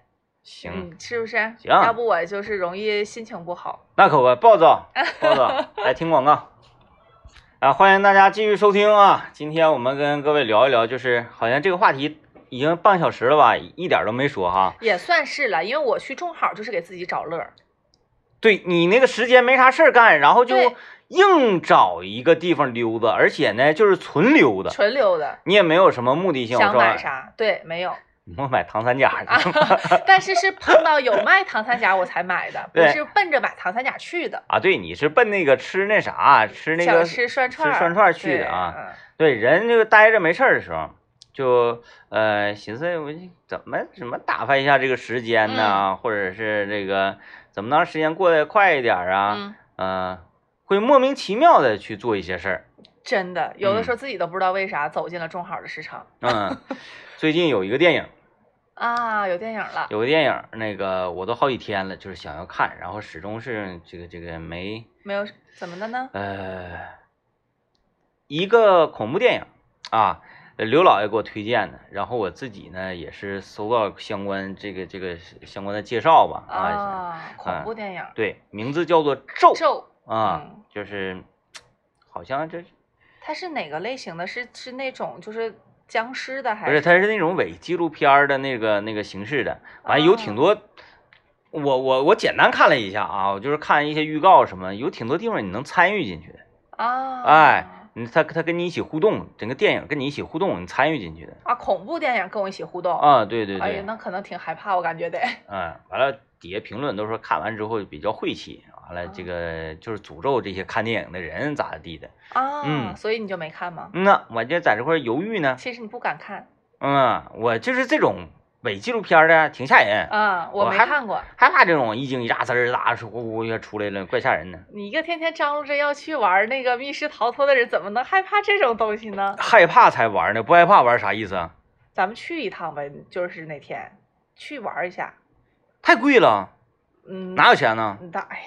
Speaker 1: 行，
Speaker 2: 嗯，是不是？
Speaker 1: 行
Speaker 2: 要不我就是容易心情不好。
Speaker 1: 那可不，暴
Speaker 2: [laughs]
Speaker 1: 躁，暴躁，来听广告。啊，欢迎大家继续收听啊！今天我们跟各位聊一聊，就是好像这个话题已经半个小时了吧，一点儿都没说哈。
Speaker 2: 也算是了，因为我去种好就是给自己找乐儿，
Speaker 1: 对你那个时间没啥事儿干，然后就
Speaker 2: 对
Speaker 1: 硬找一个地方溜达，而且呢就是纯溜达，
Speaker 2: 纯溜达，
Speaker 1: 你也没呃有什么目的性。我
Speaker 2: 想
Speaker 1: 说啊
Speaker 2: 买啥对没有，
Speaker 1: 我买唐三甲
Speaker 2: 啊
Speaker 1: 去。
Speaker 2: 但是是碰到有卖糖三夹我才买的，不
Speaker 1: 呃对
Speaker 2: 是奔着买糖三夹去的，
Speaker 1: 啊，对，你是奔那个吃那啥，吃那
Speaker 2: 想
Speaker 1: 个
Speaker 2: 吃涮串
Speaker 1: 吃
Speaker 2: 儿，
Speaker 1: 涮串儿去的
Speaker 2: 对
Speaker 1: 啊。
Speaker 2: 嗯
Speaker 1: 对人就待着没事儿的时候，就呃寻思我这怎么怎么打发一下这个时间呢，
Speaker 2: 嗯
Speaker 1: 或者是这个怎么能让时间过得快一点儿啊？
Speaker 2: 嗯，
Speaker 1: 嗯、会莫名其妙的去做一些事儿。
Speaker 2: 真的，有的时候
Speaker 1: 嗯
Speaker 2: 自己都不知道为啥走进了中好的市场 [laughs]
Speaker 1: 嗯，最近有一个电影，
Speaker 2: 啊！有电影了，
Speaker 1: 有个电影，那个我都好几天了，就是想要看，然后始终是这个这个没
Speaker 2: 没有怎么的呢？
Speaker 1: 呃，一个恐怖电影啊，呃刘老爷给我推荐的，然后我自己呢也是搜到相关这个这个相关的介绍吧啊，
Speaker 2: 啊，恐怖电影《
Speaker 1: 对，名字叫做《咒》
Speaker 2: 咒》
Speaker 1: 啊，
Speaker 2: 嗯
Speaker 1: 就是好像这
Speaker 2: 它是哪个类型的？是是那种就是僵尸的还
Speaker 1: 不是它是那种伪纪录片儿的那个那个形式的，完有挺
Speaker 2: 哦
Speaker 1: 多。我我我简单看了一下啊，我就是看一些预告什么，有挺多地方你能参与进去的，
Speaker 2: 啊？
Speaker 1: 哎，你他他跟你一起互动，整个电影跟你一起互动，你参与进去的。
Speaker 2: 啊，恐怖电影跟我一起互动，
Speaker 1: 啊，对对
Speaker 2: 哎
Speaker 1: 对
Speaker 2: 呀，，那可能挺害怕，我感
Speaker 1: [laughs]
Speaker 2: 觉得
Speaker 1: 嗯，完了底下评论都说看完之后比较晦气，完了这个就是诅咒这些看电影的人咋地的。
Speaker 2: 啊，
Speaker 1: 嗯
Speaker 2: 所以你就没看吗？
Speaker 1: 嗯呐，我就在这块儿犹豫呢。
Speaker 2: 其实你不敢看
Speaker 1: 嗯，我就是这种伪纪录片儿的，挺吓人，
Speaker 2: 啊，我
Speaker 1: 我
Speaker 2: 没
Speaker 1: 还
Speaker 2: 看过。
Speaker 1: 害怕这种一惊一乍、滋儿啦、呼呼一下出来了，怪吓人的。
Speaker 2: 你一个天天张罗着要去玩那个密室逃脱的人，怎么能害怕这种东西呢？
Speaker 1: 害怕才玩呢，不害怕玩啥意思啊？
Speaker 2: 咱们去一趟呗，就是那天去玩一下。
Speaker 1: 太贵了，
Speaker 2: 嗯，
Speaker 1: 哪有钱呢？
Speaker 2: 那哎呀，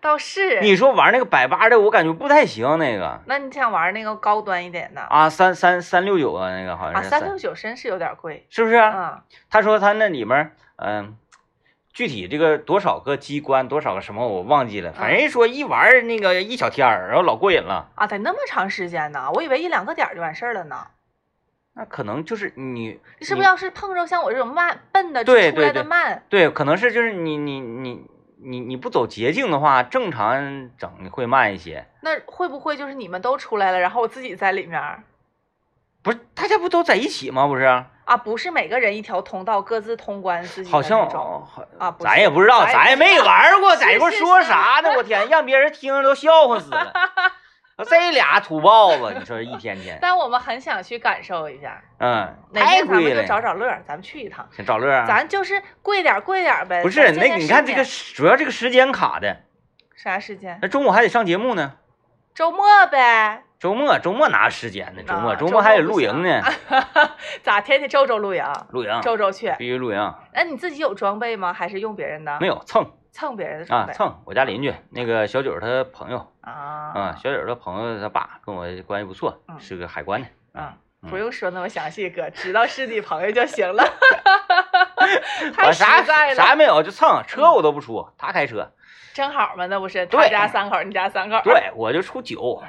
Speaker 2: 倒是
Speaker 1: 你说玩那个百八的，我感觉不太行，那个
Speaker 2: 那你想玩那个高端一点的啊？
Speaker 1: 啊，三三三六九啊，那个好像是
Speaker 2: 三六九真是有点贵
Speaker 1: 是不是？
Speaker 2: 啊。
Speaker 1: 他说他那里面儿，嗯、具体这个多少个机关，多少个什么我忘记了，反
Speaker 2: 嗯
Speaker 1: 正一说一玩儿那个一小天儿，然后老过瘾了。
Speaker 2: 啊，得那么长时间呢？我以为一两个点儿就完事儿了呢。
Speaker 1: 那可能就是你，
Speaker 2: 你是不
Speaker 1: 你
Speaker 2: 是要是碰着像我这种慢笨的
Speaker 1: 对
Speaker 2: 出来
Speaker 1: 对对
Speaker 2: 的慢，
Speaker 1: 对，可能是就是你你你你你不走捷径的话，正常整会慢一些。
Speaker 2: 那会不会就是你们都出来了，然后我自己在里面儿？
Speaker 1: 不是大家不都在一起吗？不是，
Speaker 2: 啊，不是每个人一条通道，各自通关自己的
Speaker 1: 好像
Speaker 2: 那种
Speaker 1: 好
Speaker 2: 啊，不
Speaker 1: 咱
Speaker 2: 是
Speaker 1: 也不知道，咱也
Speaker 2: 不知
Speaker 1: 没
Speaker 2: 道
Speaker 1: 玩
Speaker 2: [laughs]
Speaker 1: 过，在
Speaker 2: 是
Speaker 1: 一块儿
Speaker 2: 是
Speaker 1: 说
Speaker 2: 是
Speaker 1: 啥呢？我天，让别人听着都笑话死了。
Speaker 2: [laughs]
Speaker 1: 这俩土包子，你说一天天，
Speaker 2: 但我们很想去感受一下，
Speaker 1: 嗯，
Speaker 2: 哪
Speaker 1: 太
Speaker 2: 天咱
Speaker 1: 贵
Speaker 2: 们就
Speaker 1: 了。
Speaker 2: 找找乐儿，咱们去一趟。
Speaker 1: 想找乐儿啊？
Speaker 2: 咱就是贵点儿贵点儿呗。
Speaker 1: 不
Speaker 2: 咱
Speaker 1: 是，
Speaker 2: 见
Speaker 1: 那
Speaker 2: 见
Speaker 1: 你
Speaker 2: 世
Speaker 1: 看这
Speaker 2: 面
Speaker 1: 个时主要这个时间卡的，
Speaker 2: 啥时间？
Speaker 1: 那中午还得上节目呢。
Speaker 2: 周末呗。
Speaker 1: 周末周末哪有时间呢？周末
Speaker 2: 啊
Speaker 1: 周末还得
Speaker 2: 不
Speaker 1: 露营呢，
Speaker 2: 行。咋天天周周露营？
Speaker 1: 露营
Speaker 2: 周周去？
Speaker 1: 必须露营，
Speaker 2: 哎，你自己有装备吗？还是用别人的？
Speaker 1: 没有蹭
Speaker 2: 蹭别人的装
Speaker 1: 啊
Speaker 2: 备
Speaker 1: 蹭。我家邻居那个小九儿他朋友啊，
Speaker 2: 啊。
Speaker 1: 小九儿他朋友他爸跟我关系不错，
Speaker 2: 嗯
Speaker 1: 是个海关的。
Speaker 2: 啊
Speaker 1: 嗯
Speaker 2: 不用说那么详细，哥，知道是你朋友就行
Speaker 1: [laughs]
Speaker 2: 了。太
Speaker 1: 我
Speaker 2: 实
Speaker 1: 啊啥
Speaker 2: 在了，嗯
Speaker 1: 啥也没有，就蹭车我都不出，他开车，
Speaker 2: 正好嘛，那不是他
Speaker 1: 对
Speaker 2: 家三口，你家三口，，
Speaker 1: 对我就出酒，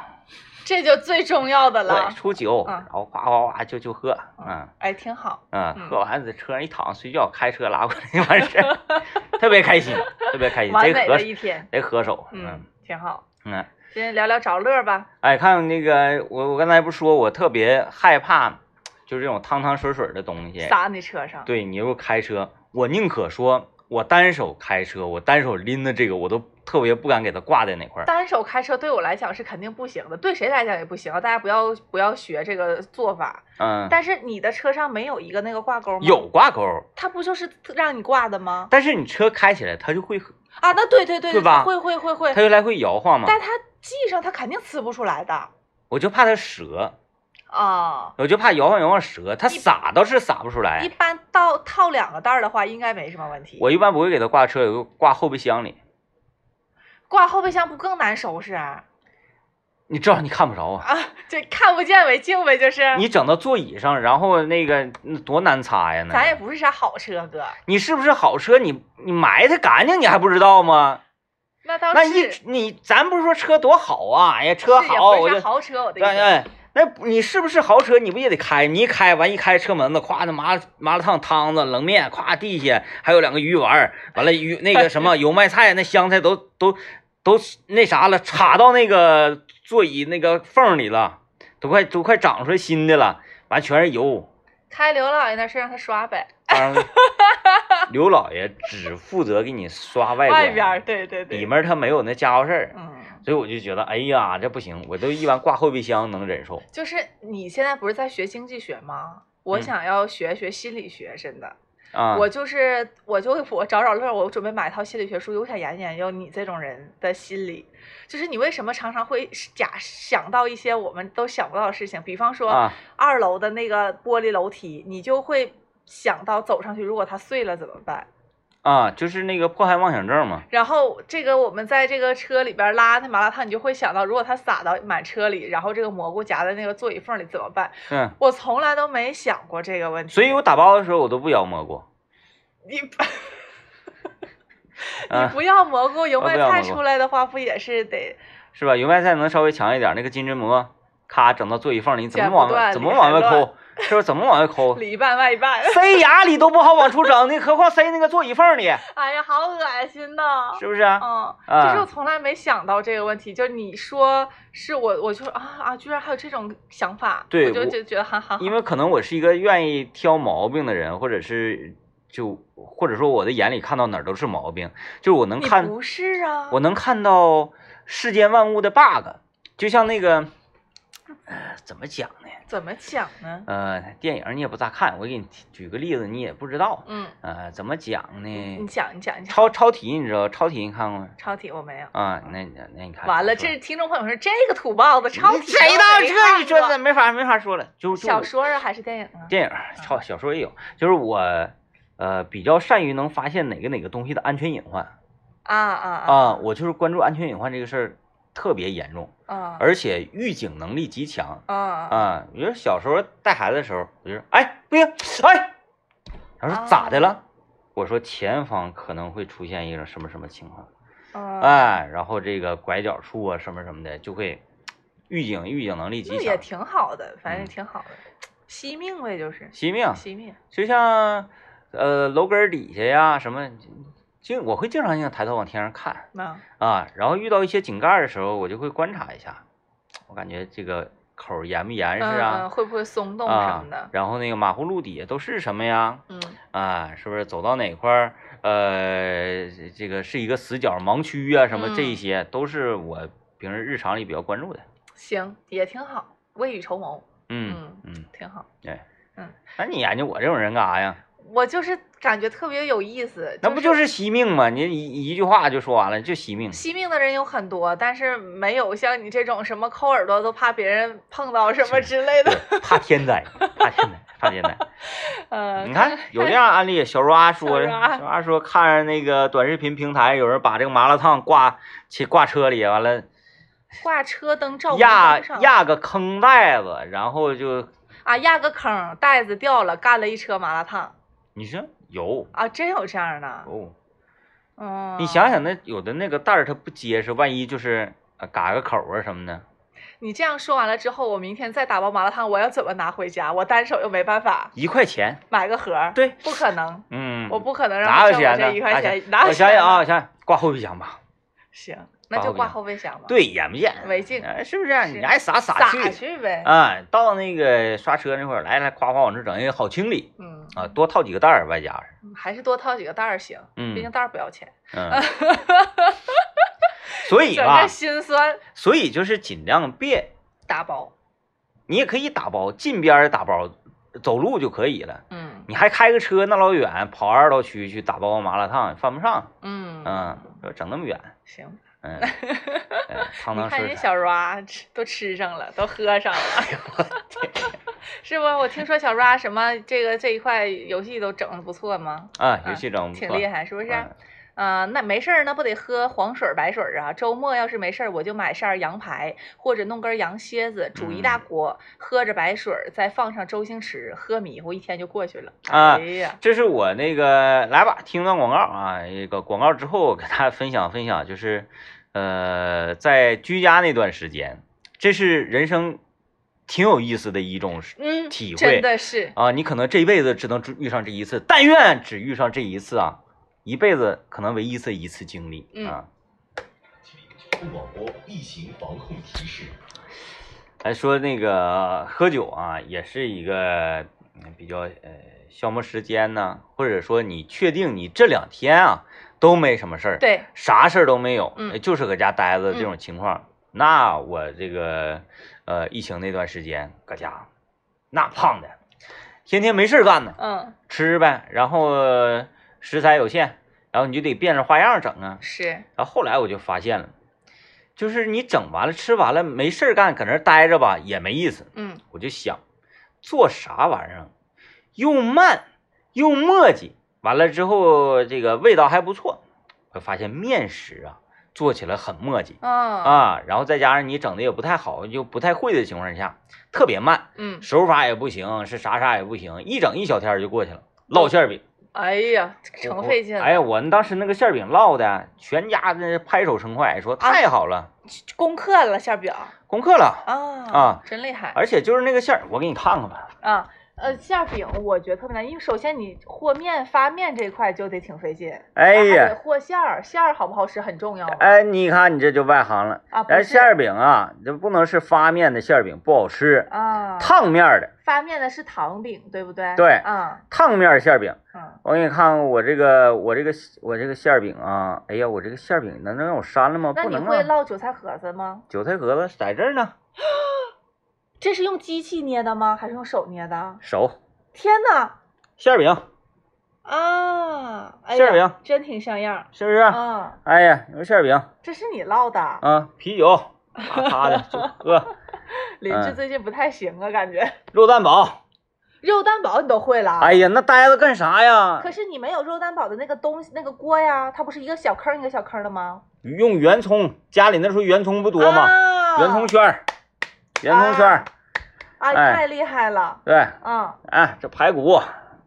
Speaker 2: 这就最重要的
Speaker 1: 对
Speaker 2: 了。
Speaker 1: 出酒，
Speaker 2: 嗯
Speaker 1: 然后哗哗哗就就喝，嗯。
Speaker 2: 哎，挺好，
Speaker 1: 嗯，
Speaker 2: 嗯
Speaker 1: 喝完在车上一躺睡觉，开车拉过来就完事
Speaker 2: [laughs]
Speaker 1: 儿，特别开心，特别开心，
Speaker 2: 完
Speaker 1: 贼哎
Speaker 2: 美
Speaker 1: 合
Speaker 2: 的
Speaker 1: 手
Speaker 2: 一天，
Speaker 1: 贼合手，
Speaker 2: 嗯
Speaker 1: 嗯，
Speaker 2: 挺好。
Speaker 1: 嗯，
Speaker 2: 今天聊聊找乐儿吧，
Speaker 1: 哎，看那个我我刚才不是说我特别害怕，就是这种汤汤水水的东西，
Speaker 2: 撒你车上。
Speaker 1: 对你又开车，我宁可说我单手开车，我单手拎着这个，我都特别不敢给它挂在哪块儿，
Speaker 2: 单手开车对我来讲是肯定不行的，对谁来讲也不行啊。大家不要不要学这个做法。
Speaker 1: 嗯，
Speaker 2: 但是你的车上没有一个那个挂钩吗？
Speaker 1: 有，挂钩儿，
Speaker 2: 它不就是让你挂的吗？
Speaker 1: 但是你车开起来它就会
Speaker 2: 啊，那对对对，
Speaker 1: 对吧
Speaker 2: 会会会会
Speaker 1: 它，就来回摇晃嘛，
Speaker 2: 但它系上它肯定呲不出来的
Speaker 1: 我就怕它折，
Speaker 2: 啊。
Speaker 1: 我就怕摇晃摇晃折，它撒倒是撒不出来
Speaker 2: 一。般到套两个袋儿的话，应该没什么问题。
Speaker 1: 哎我一般不会给它挂车，有个挂后备箱里。
Speaker 2: 挂后备箱不更难收拾啊？
Speaker 1: 你知道你看不着啊，
Speaker 2: 啊，这看不见为净呗，就是。
Speaker 1: 你整到座椅上，然后那个嗯多难擦呀
Speaker 2: 咱也
Speaker 1: 那。
Speaker 2: 不是啥好车，哥。
Speaker 1: 你是不是好车？你你埋汰干净你还不知道吗？
Speaker 2: 那倒
Speaker 1: 那一
Speaker 2: 哦是，
Speaker 1: 你咱不是说车多好啊？哎呀，车
Speaker 2: 是也
Speaker 1: 好，
Speaker 2: 不
Speaker 1: 我
Speaker 2: 是啥
Speaker 1: 就
Speaker 2: 豪车，我的意
Speaker 1: 哎
Speaker 2: 思。
Speaker 1: 哎，那不你是不是豪车？你不也得开？你一开完一开车门子，咵，那麻麻辣烫汤子、冷面，咵地下还有两个鱼丸儿，完了鱼那个什么油麦菜、那香菜都都都那啥了，插到那个座椅那个缝里了，都快都快长出来新的了，完全是油。
Speaker 2: 开刘老爷那事让他刷呗。
Speaker 1: [laughs] 当然刘老爷只负责给你刷外观，
Speaker 2: 外边儿，对对对，
Speaker 1: 里面他没有那家伙事儿，
Speaker 2: 嗯，
Speaker 1: 所以我就觉得，哎呀，这不行，我都一般挂后备箱能忍受。
Speaker 2: 就是你现在不是在学经济学吗？我
Speaker 1: 嗯
Speaker 2: 想要学学心理学，真的。
Speaker 1: 啊，
Speaker 2: 我就是，我就我找找乐儿，我准备买一套心理学书，我想研究研究你这种人的心理，就是你为什么常常会假想到一些我们都想不到的事情，比方说、
Speaker 1: 啊。
Speaker 2: 二楼的那个玻璃楼梯，你就会想到走上去，如果它碎了怎么办？
Speaker 1: 啊，就是那个迫害妄想症嘛。
Speaker 2: 然后这个我们在这个车里边拉那麻辣烫，你就会想到，如果它撒到满车里，然后这个蘑菇夹在那个座椅缝里怎么办？
Speaker 1: 嗯，
Speaker 2: 我从来都没想过这个问题。
Speaker 1: 所以我打包的时候我都不摇蘑菇。
Speaker 2: 你你 [laughs]
Speaker 1: 嗯，
Speaker 2: 不要蘑菇油
Speaker 1: 我不
Speaker 2: 麦
Speaker 1: 要
Speaker 2: 菜
Speaker 1: 蘑菇
Speaker 2: 出来的话，不也是得
Speaker 1: 是吧？油麦菜能稍微强一点，那个金针蘑，咔整到座椅缝里，你怎
Speaker 2: 剪
Speaker 1: 么
Speaker 2: 不
Speaker 1: 往
Speaker 2: 断
Speaker 1: 外怎
Speaker 2: 理
Speaker 1: 么
Speaker 2: 还
Speaker 1: 往外
Speaker 2: 乱 [laughs]
Speaker 1: 抠？是不是怎么往外抠？
Speaker 2: 里一半外一半？ [laughs]
Speaker 1: 塞牙里都不好往出整，你何况塞那个座椅缝
Speaker 2: [laughs]
Speaker 1: 里，
Speaker 2: 哎呀，好恶心呐！
Speaker 1: 是不是啊？
Speaker 2: 嗯，
Speaker 1: 啊
Speaker 2: 就是我从来没想到这个问题，就是你说是我，我就啊啊，居然还有这种想法，
Speaker 1: 对
Speaker 2: 我就
Speaker 1: 我
Speaker 2: 就觉得很很好
Speaker 1: 因为可能我是一个愿意挑毛病的人，或者是就或者说我的眼里看到哪儿都是毛病，就是我能
Speaker 2: 你
Speaker 1: 看
Speaker 2: 不是啊，
Speaker 1: 我能看到世间万物的 bug，就像那个，呃，怎么讲呢？
Speaker 2: 怎么讲呢？
Speaker 1: 呃，电影你也不咋看，我给你举个例子，你也不知道。
Speaker 2: 嗯，
Speaker 1: 呃，怎么讲
Speaker 2: 你
Speaker 1: 呢？
Speaker 2: 讲，你讲，你
Speaker 1: 嗯
Speaker 2: 讲。
Speaker 1: 超超体你知道？超体你看过没？
Speaker 2: 超体我没有。
Speaker 1: 啊，那那那你看。
Speaker 2: 完了，
Speaker 1: 说
Speaker 2: 这是听众朋友说这个土包子超体
Speaker 1: 谁到
Speaker 2: 都没
Speaker 1: 这你
Speaker 2: 看
Speaker 1: 说
Speaker 2: 过
Speaker 1: 的没法没法说了，就就
Speaker 2: 小说啊还是电影啊？
Speaker 1: 电影儿超小说也有，就是我呃比较善于能发现哪个哪个东西的安全隐患
Speaker 2: 啊啊
Speaker 1: 啊，我就是关注安全隐患这个事儿特别严重，
Speaker 2: 啊
Speaker 1: 而且预警能力极强。
Speaker 2: 啊啊！
Speaker 1: 啊，你说小时候带孩子的时候，我就说，哎，不行，哎，他
Speaker 2: 啊
Speaker 1: 说咋的了？我说前方可能会出现一个什么什么情况，
Speaker 2: 啊，
Speaker 1: 哎，然后这个拐角处啊，什么什么的，就会预警，预警能力极
Speaker 2: 那也
Speaker 1: 强，
Speaker 2: 挺好的，反正也
Speaker 1: 嗯啊
Speaker 2: 挺好的，惜命呗，就是
Speaker 1: 惜命，
Speaker 2: 惜命。
Speaker 1: 就像呃楼根儿底下呀什么，经我会经常性抬头往天上看
Speaker 2: 那
Speaker 1: 啊，然后遇到一些井盖儿的时候，我就会观察一下，我感觉这个口儿严不严实
Speaker 2: 嗯，
Speaker 1: 啊？
Speaker 2: 会不会松动什
Speaker 1: 啊
Speaker 2: 么的，，
Speaker 1: 然后那个马葫芦底下都是什么呀？
Speaker 2: 嗯
Speaker 1: 啊，是不是走到哪块儿，呃，这个是一个死角、盲区啊，什么这一
Speaker 2: 嗯
Speaker 1: 些、都是我平时日常里比较关注的。
Speaker 2: 行，也挺好，未雨绸缪，
Speaker 1: 嗯嗯，
Speaker 2: 挺好。
Speaker 1: 那、你研究我这种人干啥呀？
Speaker 2: 我就是感觉特别有意思，
Speaker 1: 那不就是惜命吗？你一一句话就说完了，就惜命。
Speaker 2: 惜命的人有很多，但是没有像你这种什么抠耳朵都怕别人碰到什么之类的。
Speaker 1: [laughs] 对，怕天灾，怕天灾，怕天
Speaker 2: [laughs]
Speaker 1: 灾。
Speaker 2: 嗯，
Speaker 1: 你看有这样案例，小抓说，
Speaker 2: [laughs] 小啊抓
Speaker 1: 小抓说看着那个短视频平台有人把这个麻辣烫挂去挂车里，完了
Speaker 2: 挂车灯照不
Speaker 1: 压
Speaker 2: 上
Speaker 1: 压个坑袋子，然后就
Speaker 2: 啊，压个坑，袋子掉了，干了一车麻辣烫
Speaker 1: 你说有
Speaker 2: 啊，真有这样的。
Speaker 1: 有，
Speaker 2: 嗯，
Speaker 1: 哦你想，想那有的那个袋儿它不结实，万一就是呃嘎个口啊什么的，
Speaker 2: 你这样说完了之后，我明天再打包麻辣烫，我要怎么拿回家？我单手又没办法
Speaker 1: 一块钱，
Speaker 2: 买个盒儿，
Speaker 1: 对
Speaker 2: 不可能，
Speaker 1: 嗯，
Speaker 2: 我不可能让
Speaker 1: 哪
Speaker 2: 他
Speaker 1: 有
Speaker 2: 挣我
Speaker 1: 钱
Speaker 2: 这
Speaker 1: 呢？
Speaker 2: 一块
Speaker 1: 哪
Speaker 2: 钱
Speaker 1: 钱，
Speaker 2: 哪
Speaker 1: 我
Speaker 2: 有
Speaker 1: 想想啊，
Speaker 2: 呢
Speaker 1: 我想想挂后备箱吧，
Speaker 2: 行，那就挂后备箱吧，
Speaker 1: 对，眼不见
Speaker 2: 违禁
Speaker 1: 哎是不是？你
Speaker 2: 是
Speaker 1: 爱撒撒
Speaker 2: 撒
Speaker 1: 去。
Speaker 2: 去呗，
Speaker 1: 啊，到那个刷车那会儿，来来，夸夸往这整，也好清理
Speaker 2: 嗯，
Speaker 1: 啊，多套几个袋儿，外加上，
Speaker 2: 还是多套几个袋儿行，毕竟
Speaker 1: 嗯
Speaker 2: 袋儿不要钱， [laughs]
Speaker 1: 嗯，所以
Speaker 2: 整
Speaker 1: 吧
Speaker 2: 个，心酸
Speaker 1: 所以就是尽量别，
Speaker 2: 打包，
Speaker 1: 你也可以打包，近边儿打包，走路就可以了。
Speaker 2: 嗯
Speaker 1: 你还开个车那老远跑二道区去打包麻辣烫，犯不上，
Speaker 2: 嗯
Speaker 1: 嗯，说整那么远，
Speaker 2: 行， [laughs]
Speaker 1: 嗯，哎汤
Speaker 2: 你
Speaker 1: 汤
Speaker 2: 看
Speaker 1: 水
Speaker 2: 人
Speaker 1: 水，
Speaker 2: 小 ra 吃都吃上了，都喝上
Speaker 1: 哎
Speaker 2: 了， [laughs] 是不？我听说小 ra 什么这个这一块游戏都整的不错吗？
Speaker 1: 啊，游戏整不
Speaker 2: 挺
Speaker 1: 错
Speaker 2: 厉，害，是不是？
Speaker 1: 嗯
Speaker 2: 啊、那没事儿，那不得喝黄水儿、白水儿啊？周末要是没事儿，我就买扇儿羊排，或者弄根儿羊蝎子，煮一大
Speaker 1: 嗯
Speaker 2: 锅，喝着白水儿，再放上周星驰，喝迷糊，一天就过去了。
Speaker 1: 啊
Speaker 2: 哎呀，
Speaker 1: 这是我那个来吧，听段广告啊，这个广告之后给大家分享分享，就是呃，在居家那段时间，这是人生挺有意思的一种事
Speaker 2: 嗯，
Speaker 1: 体会
Speaker 2: 真的是，
Speaker 1: 啊，你可能这一辈子只能遇上这一次，但愿只遇上这一次啊，一辈子可能唯一这一次经历
Speaker 2: 嗯
Speaker 1: 啊。
Speaker 3: 广播疫情防控提示。
Speaker 1: 来哎说那个喝酒啊，也是一个嗯比较呃消磨时间呢、或者说你确定你这两天啊都没什么事儿，
Speaker 2: 对，
Speaker 1: 啥事儿都没有，
Speaker 2: 嗯
Speaker 1: 呃就是搁家待着这种情况，那我这个呃疫情那段时间搁家，那胖的，天天没事儿干呢，
Speaker 2: 嗯，
Speaker 1: 吃呗，然后呃食材有限，然后你就得变着花样整啊。
Speaker 2: 是，
Speaker 1: 然后后来我就发现了，就是你整完了吃完了没事儿干，搁那儿待着吧也没意思，
Speaker 2: 嗯，
Speaker 1: 我就想做啥玩意儿，啊又慢又墨迹，完了之后这个味道还不错，我发现面食啊做起来很墨迹
Speaker 2: 啊、
Speaker 1: 啊，然后再加上你整的也不太好，就不太会的情况下，特别慢，
Speaker 2: 嗯，
Speaker 1: 手法也不行，是啥啥也不行，一整一小天儿就过去了，烙馅儿饼。
Speaker 2: 哎呀，
Speaker 1: 我
Speaker 2: 成费劲了。
Speaker 1: 哎呀，我们当时那个馅儿饼烙的，全家那拍手称快，说太好了，
Speaker 2: 攻克了馅饼啊
Speaker 1: 攻克了。啊
Speaker 2: 真厉害
Speaker 1: 而且就是那个馅儿，我给你看看吧。
Speaker 2: 啊！呃，馅饼我觉得特别难，因为首先你和面发面这块就得挺费劲，
Speaker 1: 哎
Speaker 2: 然后还得
Speaker 1: 呀，
Speaker 2: 和馅儿，馅儿好不好吃很重要
Speaker 1: 哎，你看你这就外行了。
Speaker 2: 啊。不
Speaker 1: 咱
Speaker 2: 是
Speaker 1: 馅儿饼啊，这不能是发面的馅儿饼，不好吃。
Speaker 2: 啊，
Speaker 1: 烫面儿的，
Speaker 2: 发面的是糖饼，对不对？
Speaker 1: 对
Speaker 2: 啊，
Speaker 1: 烫面儿馅儿饼，
Speaker 2: 嗯，
Speaker 1: 我给你看看我这个我这个我这个馅儿饼啊，哎呀，我这个馅儿饼能能让我删了吗？
Speaker 2: 那
Speaker 1: 不
Speaker 2: 你
Speaker 1: 能
Speaker 2: 会
Speaker 1: 啊。
Speaker 2: 烙韭菜盒子吗？
Speaker 1: 韭菜盒子在这儿呢，
Speaker 2: 这是用机器捏的吗？还是用手捏的？
Speaker 1: 手
Speaker 2: 天哪！
Speaker 1: 馅儿饼
Speaker 2: 啊，哎
Speaker 1: 馅儿
Speaker 2: 呀
Speaker 1: 饼
Speaker 2: 真挺像样儿
Speaker 1: 是不是？
Speaker 2: 啊！
Speaker 1: 哎呀，你说馅儿饼
Speaker 2: 这是你烙的，
Speaker 1: 啊，啤酒咔咔的就喝。嗯
Speaker 2: 林志最近不太行啊，感觉。
Speaker 1: 肉蛋堡。
Speaker 2: 肉蛋堡你都会了，
Speaker 1: 哎呀，那呆着干啥呀
Speaker 2: 可？是你没有肉蛋堡的那个东西，那个锅呀，它不是一个小坑一个小坑的吗？
Speaker 1: 用圆葱，家里那时候圆葱不多嘛，
Speaker 2: 啊、
Speaker 1: 圆葱圈儿，圆葱圈儿，
Speaker 2: 啊，
Speaker 1: 哎
Speaker 2: 太厉害了，
Speaker 1: 对，
Speaker 2: 啊，
Speaker 1: 哎，这排骨，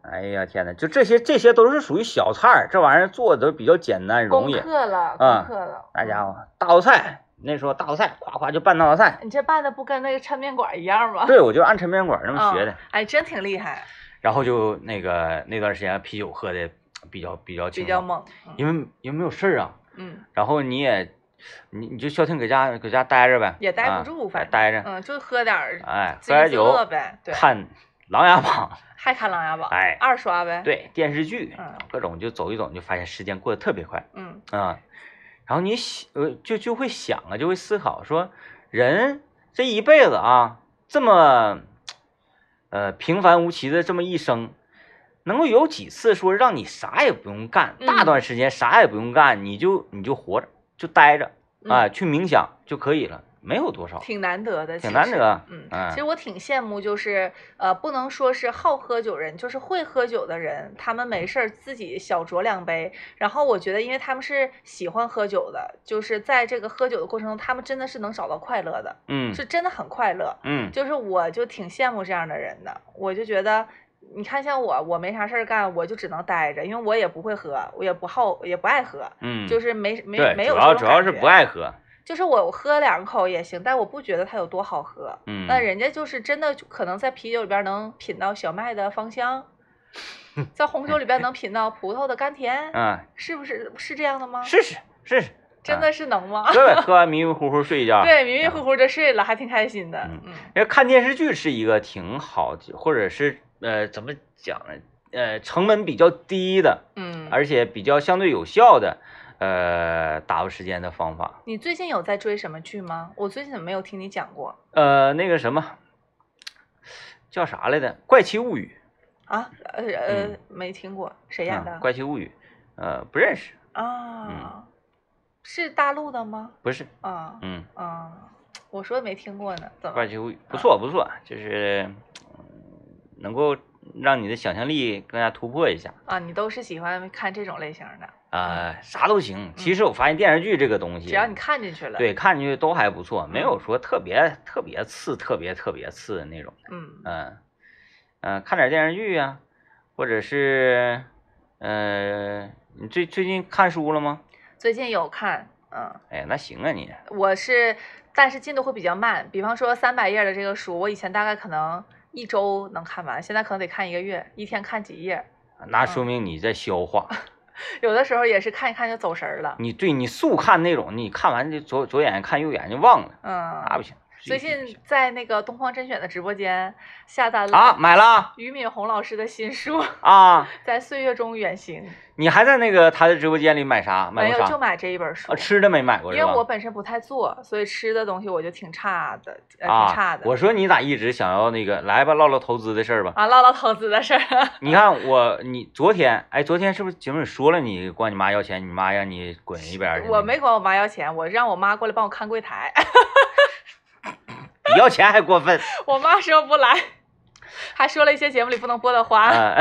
Speaker 1: 哎呀天呐，就这些，这些都是属于小菜儿，这玩意儿做的都比较简单容
Speaker 2: 攻
Speaker 1: 易。
Speaker 2: 克了，
Speaker 1: 嗯
Speaker 2: 攻克了，
Speaker 1: 那家伙，大头菜，那时候大头菜，夸夸就拌大头菜。
Speaker 2: 你这拌的不跟那个抻面馆一样吗？
Speaker 1: 对，我就按抻面馆那么学的，
Speaker 2: 嗯哎，真挺厉害，
Speaker 1: 然后就那个那段时间啤酒喝的比较比较
Speaker 2: 比
Speaker 1: 清
Speaker 2: 较
Speaker 1: 爽，
Speaker 2: 猛，
Speaker 1: 因为因为没有事儿啊，
Speaker 2: 嗯
Speaker 1: 然后你也你你就消停搁家搁家待着呗，
Speaker 2: 也待
Speaker 1: 啊
Speaker 2: 不住，反正
Speaker 1: 待着，
Speaker 2: 嗯，就喝点儿
Speaker 1: 哎，喝
Speaker 2: 自娱
Speaker 1: 点
Speaker 2: 自
Speaker 1: 酒，
Speaker 2: 乐呗，对，
Speaker 1: 看《琅琊
Speaker 2: [laughs]
Speaker 1: 榜
Speaker 2: 还看《琅琊榜》，
Speaker 1: 哎
Speaker 2: 二刷呗，》，
Speaker 1: 对电视剧，
Speaker 2: 嗯
Speaker 1: 各种就走一走，你就发现时间过得特别快
Speaker 2: 嗯
Speaker 1: 啊。然后你想，呃，就就会想啊，就会思考说，人这一辈子啊，这么呃平凡无奇的这么一生。能够有几次说让你啥也不用干，大
Speaker 2: 嗯
Speaker 1: 段时间啥也不用干，你就你就活着，就待着，
Speaker 2: 嗯
Speaker 1: 啊，去冥想就可以了，没有多少。
Speaker 2: 挺难得的，
Speaker 1: 挺
Speaker 2: 其
Speaker 1: 难
Speaker 2: 实
Speaker 1: 得
Speaker 2: 嗯，
Speaker 1: 哎
Speaker 2: 其实我挺羡慕，就是呃，不能说是好喝酒人，就是会喝酒的人，他们没事儿自己小酌两杯。然后我觉得，因为他们是喜欢喝酒的，就是在这个喝酒的过程中，他们真的是能找到快乐的，
Speaker 1: 嗯
Speaker 2: 是真的很快乐。
Speaker 1: 嗯
Speaker 2: 就是我就挺羡慕这样的人的，我就觉得。你看，像我，我没啥事儿干，我就只能待着，因为我也不会喝，我也不好，也不爱喝，
Speaker 1: 嗯，
Speaker 2: 就是是没没
Speaker 1: 对，
Speaker 2: 没有
Speaker 1: 主
Speaker 2: 这
Speaker 1: 要
Speaker 2: 种
Speaker 1: 主要
Speaker 2: 感
Speaker 1: 是
Speaker 2: 觉
Speaker 1: 不，爱喝，
Speaker 2: 就是我喝两口也行，但我不觉得它有多好喝，
Speaker 1: 嗯，
Speaker 2: 那人家就是真的，可能在啤酒里边能品到小麦的
Speaker 1: [laughs]
Speaker 2: 芳香，在红酒里边能品到葡萄的甘甜，
Speaker 1: 嗯，
Speaker 2: 是不是是这样的吗？
Speaker 1: 试试试啊试，
Speaker 2: 真的是能吗？
Speaker 1: 对，喝完迷迷糊糊睡一
Speaker 2: [laughs]
Speaker 1: 觉，
Speaker 2: 对，迷迷糊糊就睡了，还挺开心的。
Speaker 1: 啊嗯
Speaker 2: 嗯
Speaker 1: 因为看电视剧是一个挺好的，或者是呃怎么讲呢？呃，成本比较低的，
Speaker 2: 嗯，
Speaker 1: 而且比较相对有效的，呃，打发时间的方法。
Speaker 2: 你最近有在追什么剧吗？我最近怎么没有听你讲过
Speaker 1: 呃，那个什么叫啥来着，《怪奇物语
Speaker 2: 啊？呃呃
Speaker 1: 嗯，
Speaker 2: 没听过，谁》演
Speaker 1: 嗯
Speaker 2: 的
Speaker 1: 怪奇物语》，呃，不认识，嗯
Speaker 2: 啊？是大陆的吗？
Speaker 1: 不是，
Speaker 2: 啊
Speaker 1: 嗯。
Speaker 2: 啊，我说没听过呢，怎
Speaker 1: 怪
Speaker 2: 么？
Speaker 1: 奇物语不错不错，就是嗯能够让你的想象力更加突破一下
Speaker 2: 啊，你都是喜欢看这种类型的，
Speaker 1: 啊、啥都行。其实我发现电视剧这个东西，
Speaker 2: 只要你看进去了，
Speaker 1: 对看进去都还不错，没有说特别特别次、特别特别次的那种。
Speaker 2: 嗯
Speaker 1: 嗯、嗯、看点电视剧啊，或者是呃，你最最近看书了吗？
Speaker 2: 最近有看，嗯，
Speaker 1: 哎，那行啊你，
Speaker 2: 我是，但是进度会比较慢。比方说三百页的这个书，我以前大概可能一周能看完，现在可能得看一个月，一天看几页，
Speaker 1: 那
Speaker 2: 嗯
Speaker 1: 说明你在消化。
Speaker 2: 有的时候也是看一看就走神儿了。
Speaker 1: 你对你速看那种，你看完就左左眼看右眼就忘了，那
Speaker 2: 嗯
Speaker 1: 不，行。
Speaker 2: 最
Speaker 1: 必须不
Speaker 2: 近
Speaker 1: 行
Speaker 2: 在那个东方甄选的直播间下单了
Speaker 1: 啊，买了啊
Speaker 2: 俞敏洪老师的新书《
Speaker 1: 啊！
Speaker 2: 在岁月中远行》，
Speaker 1: 你还在那个他的直播间里买啥？买
Speaker 2: 没
Speaker 1: 过
Speaker 2: 有就
Speaker 1: 啥？
Speaker 2: 买这一本书
Speaker 1: 啊，。吃的没买过
Speaker 2: 因
Speaker 1: 是
Speaker 2: 为
Speaker 1: 吧？
Speaker 2: 我本身不太做，所以吃的东西我就挺差的，呃，
Speaker 1: 啊，
Speaker 2: 挺差的。
Speaker 1: 我说你咋一直想要那个？来吧，唠唠投资的事儿吧。
Speaker 2: 啊，唠唠投资的事
Speaker 1: [laughs]
Speaker 2: 儿。
Speaker 1: 你看我，你昨天，哎，昨天是不是节目里说了你管你妈要钱，你妈让你滚一边儿去？
Speaker 2: 我没，管我妈要钱，我让我妈过来帮我看柜台， [laughs]
Speaker 1: 你要钱还过分。
Speaker 2: 我妈说不来，还说了一些节目里不能播的话。
Speaker 1: 嗯，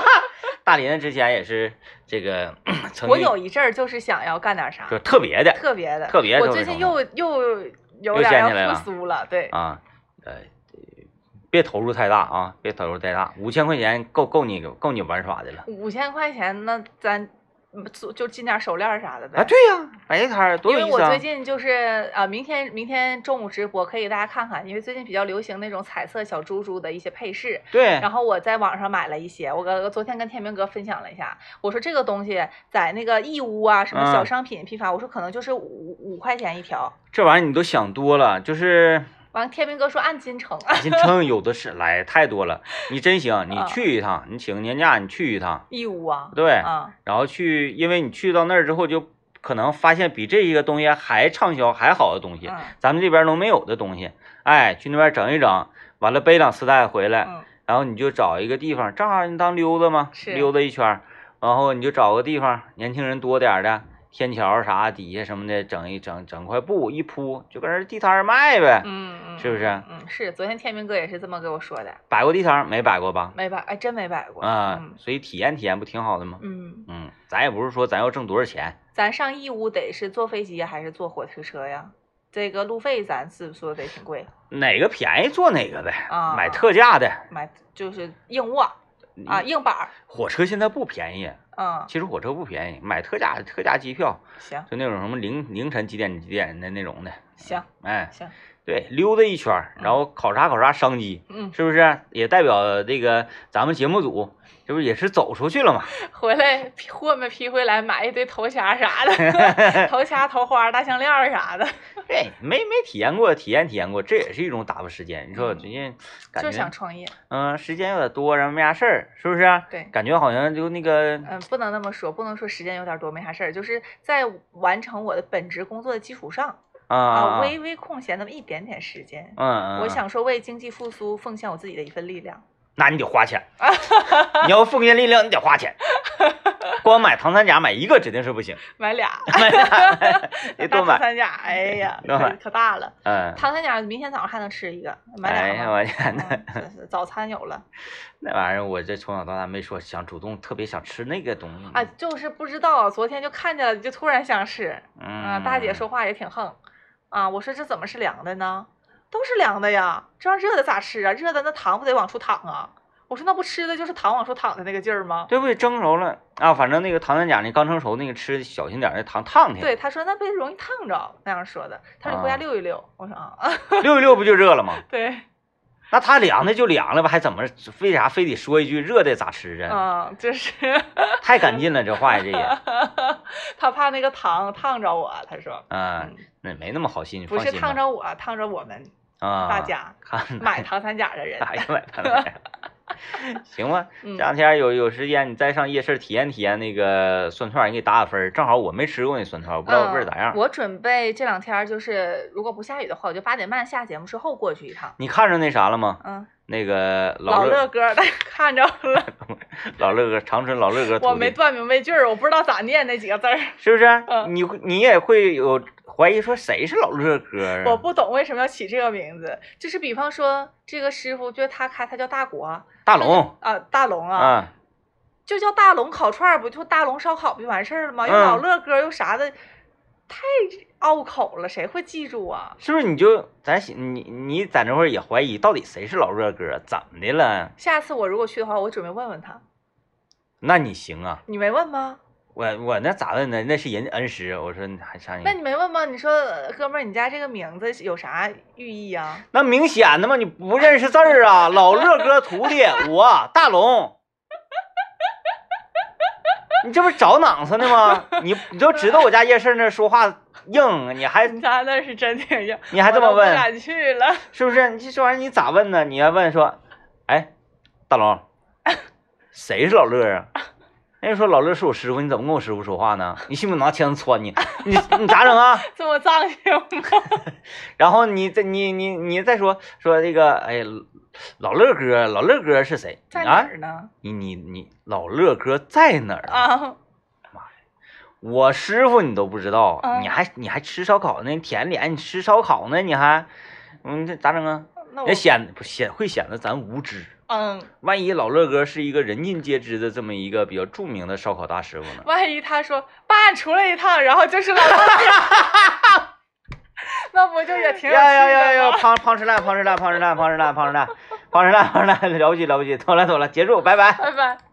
Speaker 1: [laughs] 大林之前也是这个， [clears throat] 曾
Speaker 2: 我
Speaker 1: 经
Speaker 2: 有一阵儿就是想要干点啥
Speaker 1: 就特别的
Speaker 2: 特别的，
Speaker 1: 特别的
Speaker 2: 我最近又又有
Speaker 1: 又
Speaker 2: 点
Speaker 1: 陷进来
Speaker 2: 要
Speaker 1: 了
Speaker 2: 复苏了，对，
Speaker 1: 啊，呃，别投入太大啊，别投入太大，五千块钱够够你够你玩耍的了。
Speaker 2: 五千块钱那咱嗯就就进点手链儿啥的呗。
Speaker 1: 啊，对呀、摆一摊儿多
Speaker 2: 因
Speaker 1: 有
Speaker 2: 为
Speaker 1: 意
Speaker 2: 我
Speaker 1: 思啊
Speaker 2: 最！近就是呃，明天明天中午直播可以给大家看看，因为最近比较流行那种彩色小珠珠的一些配饰，
Speaker 1: 对，
Speaker 2: 然后我在网上买了一些，我跟昨天跟天明哥分享了一下，我说这个东西在那个义乌啊什么小
Speaker 1: 嗯
Speaker 2: 商品批发，我说可能就是五五块钱一条。
Speaker 1: 这玩意儿你都想多了，就是
Speaker 2: 完了，天明哥说按斤称，
Speaker 1: 金城有的是来太多了，你真行，
Speaker 2: [laughs]
Speaker 1: 你
Speaker 2: 啊
Speaker 1: 去一趟，你请个年假你去一趟，
Speaker 2: 义乌啊，
Speaker 1: 对，
Speaker 2: 啊，
Speaker 1: 然后去，因为你去到那儿之后就可能发现比这一个东西还畅销还好的东西，
Speaker 2: 嗯
Speaker 1: 咱们这边都没有的东西，哎，去那边整一整，完了背两丝带回来，
Speaker 2: 嗯
Speaker 1: 然后你就找一个地方，正好你当溜达嘛，
Speaker 2: 是
Speaker 1: 溜达一圈儿，然后你就找个地方，年轻人多点儿的，天桥啥底下什么的，整一整整块布一铺，就搁那儿地摊儿卖呗。
Speaker 2: 嗯嗯，
Speaker 1: 是不是啊
Speaker 2: 嗯，是。昨天天明哥也是这么给我说的，
Speaker 1: 摆过地摊儿没摆过吧？
Speaker 2: 没摆，哎，真没摆过。
Speaker 1: 啊、
Speaker 2: 嗯
Speaker 1: 所以体验体验不挺好的吗？
Speaker 2: 嗯，
Speaker 1: 嗯，咱也不是说咱要挣多少钱，
Speaker 2: 咱上义乌得是坐飞机还是坐火车车呀？这个路费咱是不是说得挺贵？
Speaker 1: 哪个便宜做哪个呗，
Speaker 2: 啊
Speaker 1: 买特嗯价的。
Speaker 2: 买就是硬卧啊，硬板儿。
Speaker 1: 火车现在不便宜，
Speaker 2: 嗯，
Speaker 1: 其实火车不便宜，买特价特价机票，
Speaker 2: 行
Speaker 1: 就那种什么凌凌晨几点几点的那种的，
Speaker 2: 行嗯
Speaker 1: 哎，
Speaker 2: 行，
Speaker 1: 对，溜达一圈儿，然后考察考察商机，
Speaker 2: 嗯，
Speaker 1: 是不是？也代表这个咱们节目组，这不也是走出去了嘛？
Speaker 2: 回来批货没批回来，买一堆头卡啥
Speaker 1: [laughs]
Speaker 2: 的，头卡、头花、大项链儿啥的，
Speaker 1: 对，哎没没体验过，体验体验过，这也是一种打发时间。你说我最近感
Speaker 2: 嗯就想
Speaker 1: 觉，
Speaker 2: 创业。
Speaker 1: 嗯、时间有点多，然后没啥事儿，是不是、啊？
Speaker 2: 对
Speaker 1: 感觉好像就那个，
Speaker 2: 嗯，不能那么说，不能说时间有点多没啥事儿，就是在完成我的本职工作的基础上啊，
Speaker 1: 啊，
Speaker 2: 微微空闲那么一点点时间，
Speaker 1: 嗯，嗯
Speaker 2: 我
Speaker 1: 嗯
Speaker 2: 想说为经济复苏奉献我自己的一份力量。
Speaker 1: 那你得花钱，你要奉献力量，你得花钱。光买唐三甲买一个指定是不行，
Speaker 2: 买
Speaker 1: [laughs]
Speaker 2: 俩， [laughs]
Speaker 1: 得
Speaker 2: 大
Speaker 1: 多
Speaker 2: 唐
Speaker 1: 买。
Speaker 2: 三甲，哎呀，
Speaker 1: 多买
Speaker 2: 可可大了。
Speaker 1: 嗯，
Speaker 2: 唐三甲明天早上还能吃一个，买
Speaker 1: 哎
Speaker 2: 俩
Speaker 1: 呀，
Speaker 2: 吧。
Speaker 1: 我嗯天呐，
Speaker 2: 嗯这 [laughs] 是早餐有了
Speaker 1: 那玩意儿我这从小到大没说想主动特别想吃那个东西。
Speaker 2: 啊，就是不知道，昨天就看见了，就突然想吃啊。
Speaker 1: 嗯，
Speaker 2: 大姐说话也挺横啊，我说这怎么是凉的呢？都是凉的呀，这玩意儿热的咋吃啊？热的那糖不得往出淌啊？我说那不吃的就是糖往出淌的那个劲儿吗？
Speaker 1: 对不对？蒸熟了啊，反正那个唐三甲那刚蒸熟那个吃小心点儿，那糖烫去。
Speaker 2: 对，她说那不容易烫着，那样说的。她说你回
Speaker 1: 啊
Speaker 2: 家溜一溜，我说啊， [laughs]
Speaker 1: 溜一溜不就热了吗？
Speaker 2: 对，
Speaker 1: 那它凉的就凉了吧，还怎么为啥非得说一句热的咋吃啊？
Speaker 2: 啊，就是。嗯
Speaker 1: 太干净了，这话呀这
Speaker 2: [laughs]
Speaker 1: 也，
Speaker 2: 他怕那个糖烫着我，他说，
Speaker 1: 嗯
Speaker 2: 嗯，
Speaker 1: 那没那么好心，你
Speaker 2: 不
Speaker 1: 放
Speaker 2: 是
Speaker 1: 心吧
Speaker 2: 烫着我，烫着我们
Speaker 1: 啊，
Speaker 2: 大家
Speaker 1: 看
Speaker 2: 买唐三甲的人。
Speaker 1: 哎呀买看来。行吧，这
Speaker 2: 嗯
Speaker 1: 两天有有时间你再上夜市体验体验那个蒜串儿，你给打打分儿。正好我没吃过那蒜串儿，我不知道味儿咋样。
Speaker 2: 嗯我准备这两天儿就是，如果不下雨的话，我就八点半下节目之后过去一趟。
Speaker 1: 你看着那啥了吗？
Speaker 2: 嗯，
Speaker 1: 那个
Speaker 2: 老
Speaker 1: 老
Speaker 2: 乐
Speaker 1: 乐
Speaker 2: 哥儿，大 [laughs] 家看
Speaker 1: [laughs]
Speaker 2: 着了，
Speaker 1: 老乐哥，长春老乐哥徒弟，
Speaker 2: 我没断明白句儿，我不知道咋念那几个字儿，
Speaker 1: 是不是？
Speaker 2: 嗯
Speaker 1: 你会你也会有怀疑说谁是老乐哥啊？
Speaker 2: 我不懂为什么要起这个名字。就是比方说，这个师傅，就是他开，他叫大国
Speaker 1: 大龙
Speaker 2: 啊，大龙啊，
Speaker 1: 啊，
Speaker 2: 就叫大龙烤串儿，不就大龙烧烤不就完事儿了吗？
Speaker 1: 嗯
Speaker 2: 又老乐哥又啥的，太拗口了，谁会记住啊？
Speaker 1: 是不是？你就咱你你在那会儿也怀疑到底谁是老乐哥，啊怎么的了？
Speaker 2: 下次我如果去的话，我准备问问他。
Speaker 1: 那你行啊，
Speaker 2: 你没问吗？
Speaker 1: 我我那咋问呢？那是人家恩师，啊我说你还上
Speaker 2: 那你没问吗？你说呃哥们儿，你家这个名字有啥寓意啊？
Speaker 1: 那明显的嘛，你不认识字儿啊！老乐哥徒弟，我大龙，你这不是找囊子呢吗？你你都知道我家夜市那儿说话硬，你
Speaker 2: [laughs]
Speaker 1: 还
Speaker 2: [laughs] 你家那是真挺硬，
Speaker 1: 你还这么
Speaker 2: 我都不
Speaker 1: 问，
Speaker 2: 敢去了。
Speaker 1: 是不是？你这这玩意儿你咋问呢？你要问说，哎，大
Speaker 2: [laughs]
Speaker 1: 龙，谁是老乐啊？人家说老乐是我师傅，你怎么跟我师傅说话呢？你信不信拿枪穿你？你你咋整啊？
Speaker 2: 这么藏性吗？
Speaker 1: 然后你再你你你再说说这个，哎，老乐哥，老乐哥是谁
Speaker 2: [laughs] 在哪
Speaker 1: 啊？
Speaker 2: 儿呢？
Speaker 1: 你你你，老乐哥在哪儿？
Speaker 2: 啊，
Speaker 1: 我师傅你都不知道，
Speaker 2: 啊
Speaker 1: 你还你还吃烧烤呢？舔脸，你吃烧烤呢？你还，嗯，这咋整啊？
Speaker 2: 那我
Speaker 1: 也显不显会显得咱无知。
Speaker 2: 嗯，
Speaker 1: 万一老乐哥是一个人尽皆知的这么一个比较著名的烧烤大师傅呢？
Speaker 2: 万一他说爸出来一趟，然后就是老乐哥 [laughs] 那不就也挺有趣的哦
Speaker 1: 呀呀
Speaker 2: 吗？
Speaker 1: 呀呀！胖胖吃 [laughs] 烂，胖吃烂，胖吃烂，胖吃烂，胖吃烂，胖吃烂，胖吃烂，了不起了不起，妥了妥了，结束，拜拜。
Speaker 2: 拜拜。